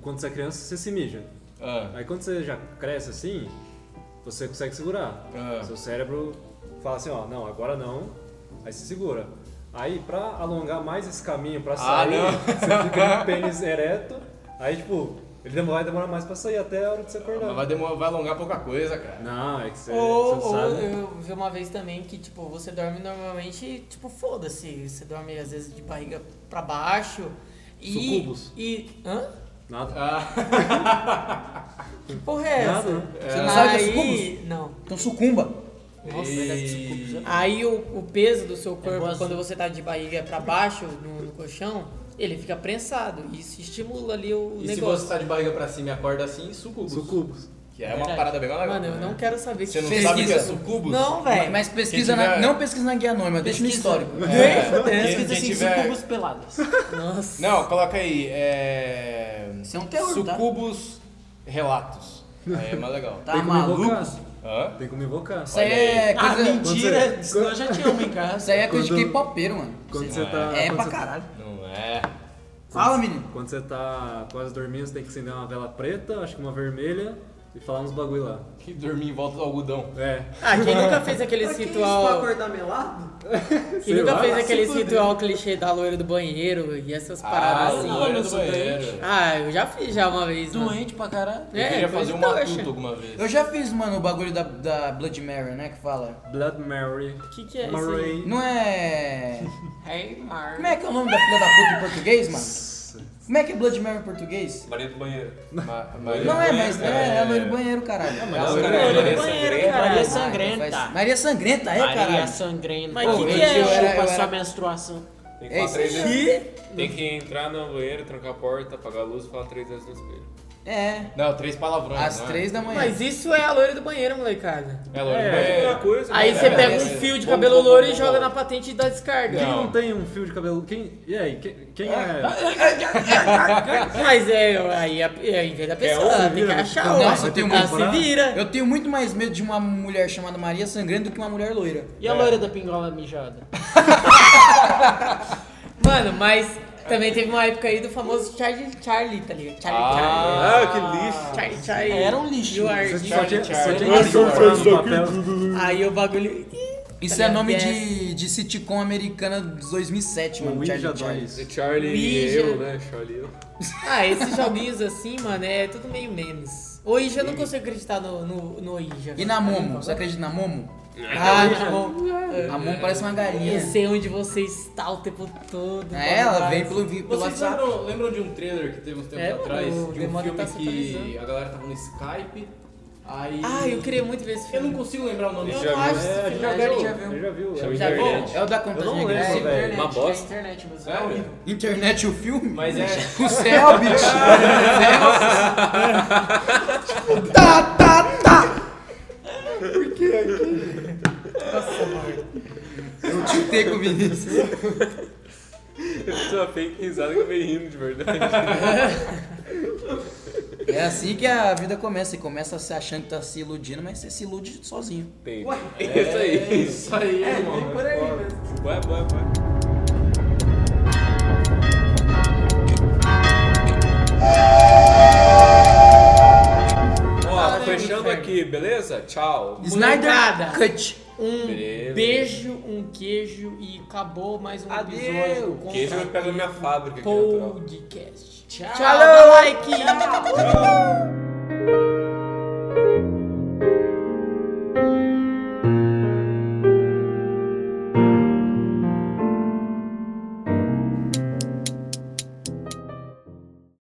Quando você é criança, você se mija.
Ah,
Aí quando você já cresce assim, você consegue segurar.
Ah.
Seu cérebro fala assim, ó, não, agora não. Aí você segura. Aí pra alongar mais esse caminho pra sair,
Ah, não.
você fica com o pênis ereto. Aí tipo, ele demora, vai demorar mais pra sair até a hora de você acordar.
Ah, mas vai, demorar, vai alongar pouca coisa, cara.
Não, é que você,
Ou,
você
ou
sabe.
eu vi uma vez também que, tipo, você dorme normalmente, e, tipo, foda-se. Você dorme às vezes de barriga pra baixo. E.
Sucubus.
E. Hã?
Nada.
Que porra Ah. é essa?
Nada.
Você não sabe que é
Aí,
sucubus?
não.
Então sucumba.
Nossa, É
e...
Aí o, o peso do seu corpo,
boa
quando você tá de barriga pra baixo no, no colchão, ele fica prensado. E isso estimula ali o
e se
um negócio.
você tá de barriga pra cima e acorda assim, sucubus.
Sucubos.
Que é uma parada bem mais legal.
Mano, eu não quero saber
Você não
que
sabe o que é
Pesquisa.
sucubus?
Não, velho.
Mas pesquisa
Quem
na,
tiver-
não pesquisa na guia anônima, deixa no histórico.
É,
Parece
quem-
que
quem
assim,
tiver...
sucubos peladas.
Nossa.
Não, coloca aí. É...
Isso é um terror, tá?
Sucubos relatos. Aí é mais legal.
Tá
Tem como
maluco?
invocar.
Hã?
Tem como invocar.
Isso aí é
Ah,
coisa,
mentira, senão eu já tinha uma em casa.
isso aí é coisa de
Quando-
K-popeiro, mano.
Quando
Isso
você tá.
É
quando
pra
você-
caralho.
Não é.
Fala, menino.
Quando você tá quase dormindo, você tem que acender uma vela preta, acho que uma vermelha, e falar uns bagulho lá.
Que dormir em volta do algodão.
É.
Ah, quem nunca fez aquele
Pra que isso, pra
ritual.
acordar melado?
Quem
Sei
nunca
lá.
fez aquele ritual clichê da loira do banheiro e essas
Ah,
paradas assim.
loira é do banheiro.
Ah, eu já fiz já uma vez. mano. É,
Doente pra caralho.
Eu queria fazer um
coisa
matuto
trouxa.
alguma vez.
Eu já fiz, mano, o bagulho da, da Blood Mary, né? Que fala.
Blood Mary.
Que que é isso aí?
Murray.
Não é.
Hey, Mar.
Como é que é o nome da filha da puta em português, mano? Como é que é Blood Mary em português?
Maria do Banheiro.
Ma- Maria
Não
do
é,
Banheiro,
mas é, é loira do banheiro, caralho. é
Nossa,
eu-
cara, é
eu-
Maria
eu-
Sangrenta.
Maria
Faz-
sangrenta.
Maria Sangrenta, é,
Maria
caralho.
sangrenta.
Mas que
Pô,
que
eu
é?
te
Eu
era-
chupo
eu
a sua
era-
menstruação.
Tem que
É
falar
isso
três
aí.
vezes. Tem que entrar no banheiro, trancar a porta, apagar a luz e falar três vezes no espelho.
É,
Não, três palavrões.
às
não é?
três da manhã.
Mas isso é a loira do banheiro, molecada.
É loira do
É outra
banheiro.
coisa,
Aí
né?
você
É,
pega
é.
um fio de cabelo
Bom, bom,
louro
bom,
e
bom,
joga na
bom.
patente e dá descarga.
Quem não.
Não.
tem um fio de cabelo? Quem. E aí? Quem, quem é?
Mas é, aí é, é em vez da pessoa,
um,
ela tem que
vira.
achar
Não,
outra.
Nossa, eu tenho
Ela
muito
tá se vira.
Eu tenho muito mais medo de uma mulher chamada Maria Sangrenta do que uma mulher loira.
E a loira da pingola mijada?
Mano, mas também teve uma época aí do famoso Charlie, Charlie tá ligado? Charlie,
Ah,
Ah, que lixo.
Charlie. Charlie, Charlie.
Era um lixo.
E o
Você
Ardinho.
só tinha, só
Charlie.
tinha que comprar no papel.
Aí o bagulho...
Isso
Tá
é nome
ligado?
de, de sitcom americana de 2007, mano.
O
Charlie
Ouija
Charlie.
2.
É Charlie e
Mídia.
eu, né? Charlie e eu.
Ah, esses joguinhos assim, mano, é tudo meio memes. O Ija eu não consigo acreditar no, no, no Ija.
E na Momo? Você acredita na Momo?
Ah, na Momo.
A Momo parece uma galinha.
Eu sei onde você está o tempo todo.
É, ela vem pelo, vi- pelo
Vocês
WhatsApp.
lembram, lembram de um trailer que teve uns tempos
É, mano,
atrás?
o
De um
demônio
filme
tá se
que
atualizando.
a galera tava no Skype. Aí.
Ah, eu queria muito ver esse
Eu não
filme.
consigo lembrar o nome
Eu
do
já
não
viu.
acho
É,
esse
já
filme.
A gente já viu.
Eu já viu.
Chama
é.
Já viu?
internet.
É o da conta
Eu não lembro,
regressiva.
velho.
Internet,
Uma
né?
bosta.
Internet, mas
Sério?
Internet o filme?
Mas é.
O Selbit. tá, tá, tá. Por que aqui? Eu tiltei com o Vinícius.
Eu só fake risada que eu venho rindo de verdade.
É assim que a vida começa. Você começa se achando que tá se iludindo, mas você se ilude sozinho.
Tem. É isso aí.
Isso aí, mano.
É, Por aí mesmo.
Boa, boa, boa. Ó, fechando aqui, beleza? Tchau.
Snyder
Molecada.
Cut.
Um
Beleza.
beijo, um queijo e acabou mais um episódio do Contra
Queijo vai pegar na minha fábrica aqui natural.
Podcast. Tchau, dá like.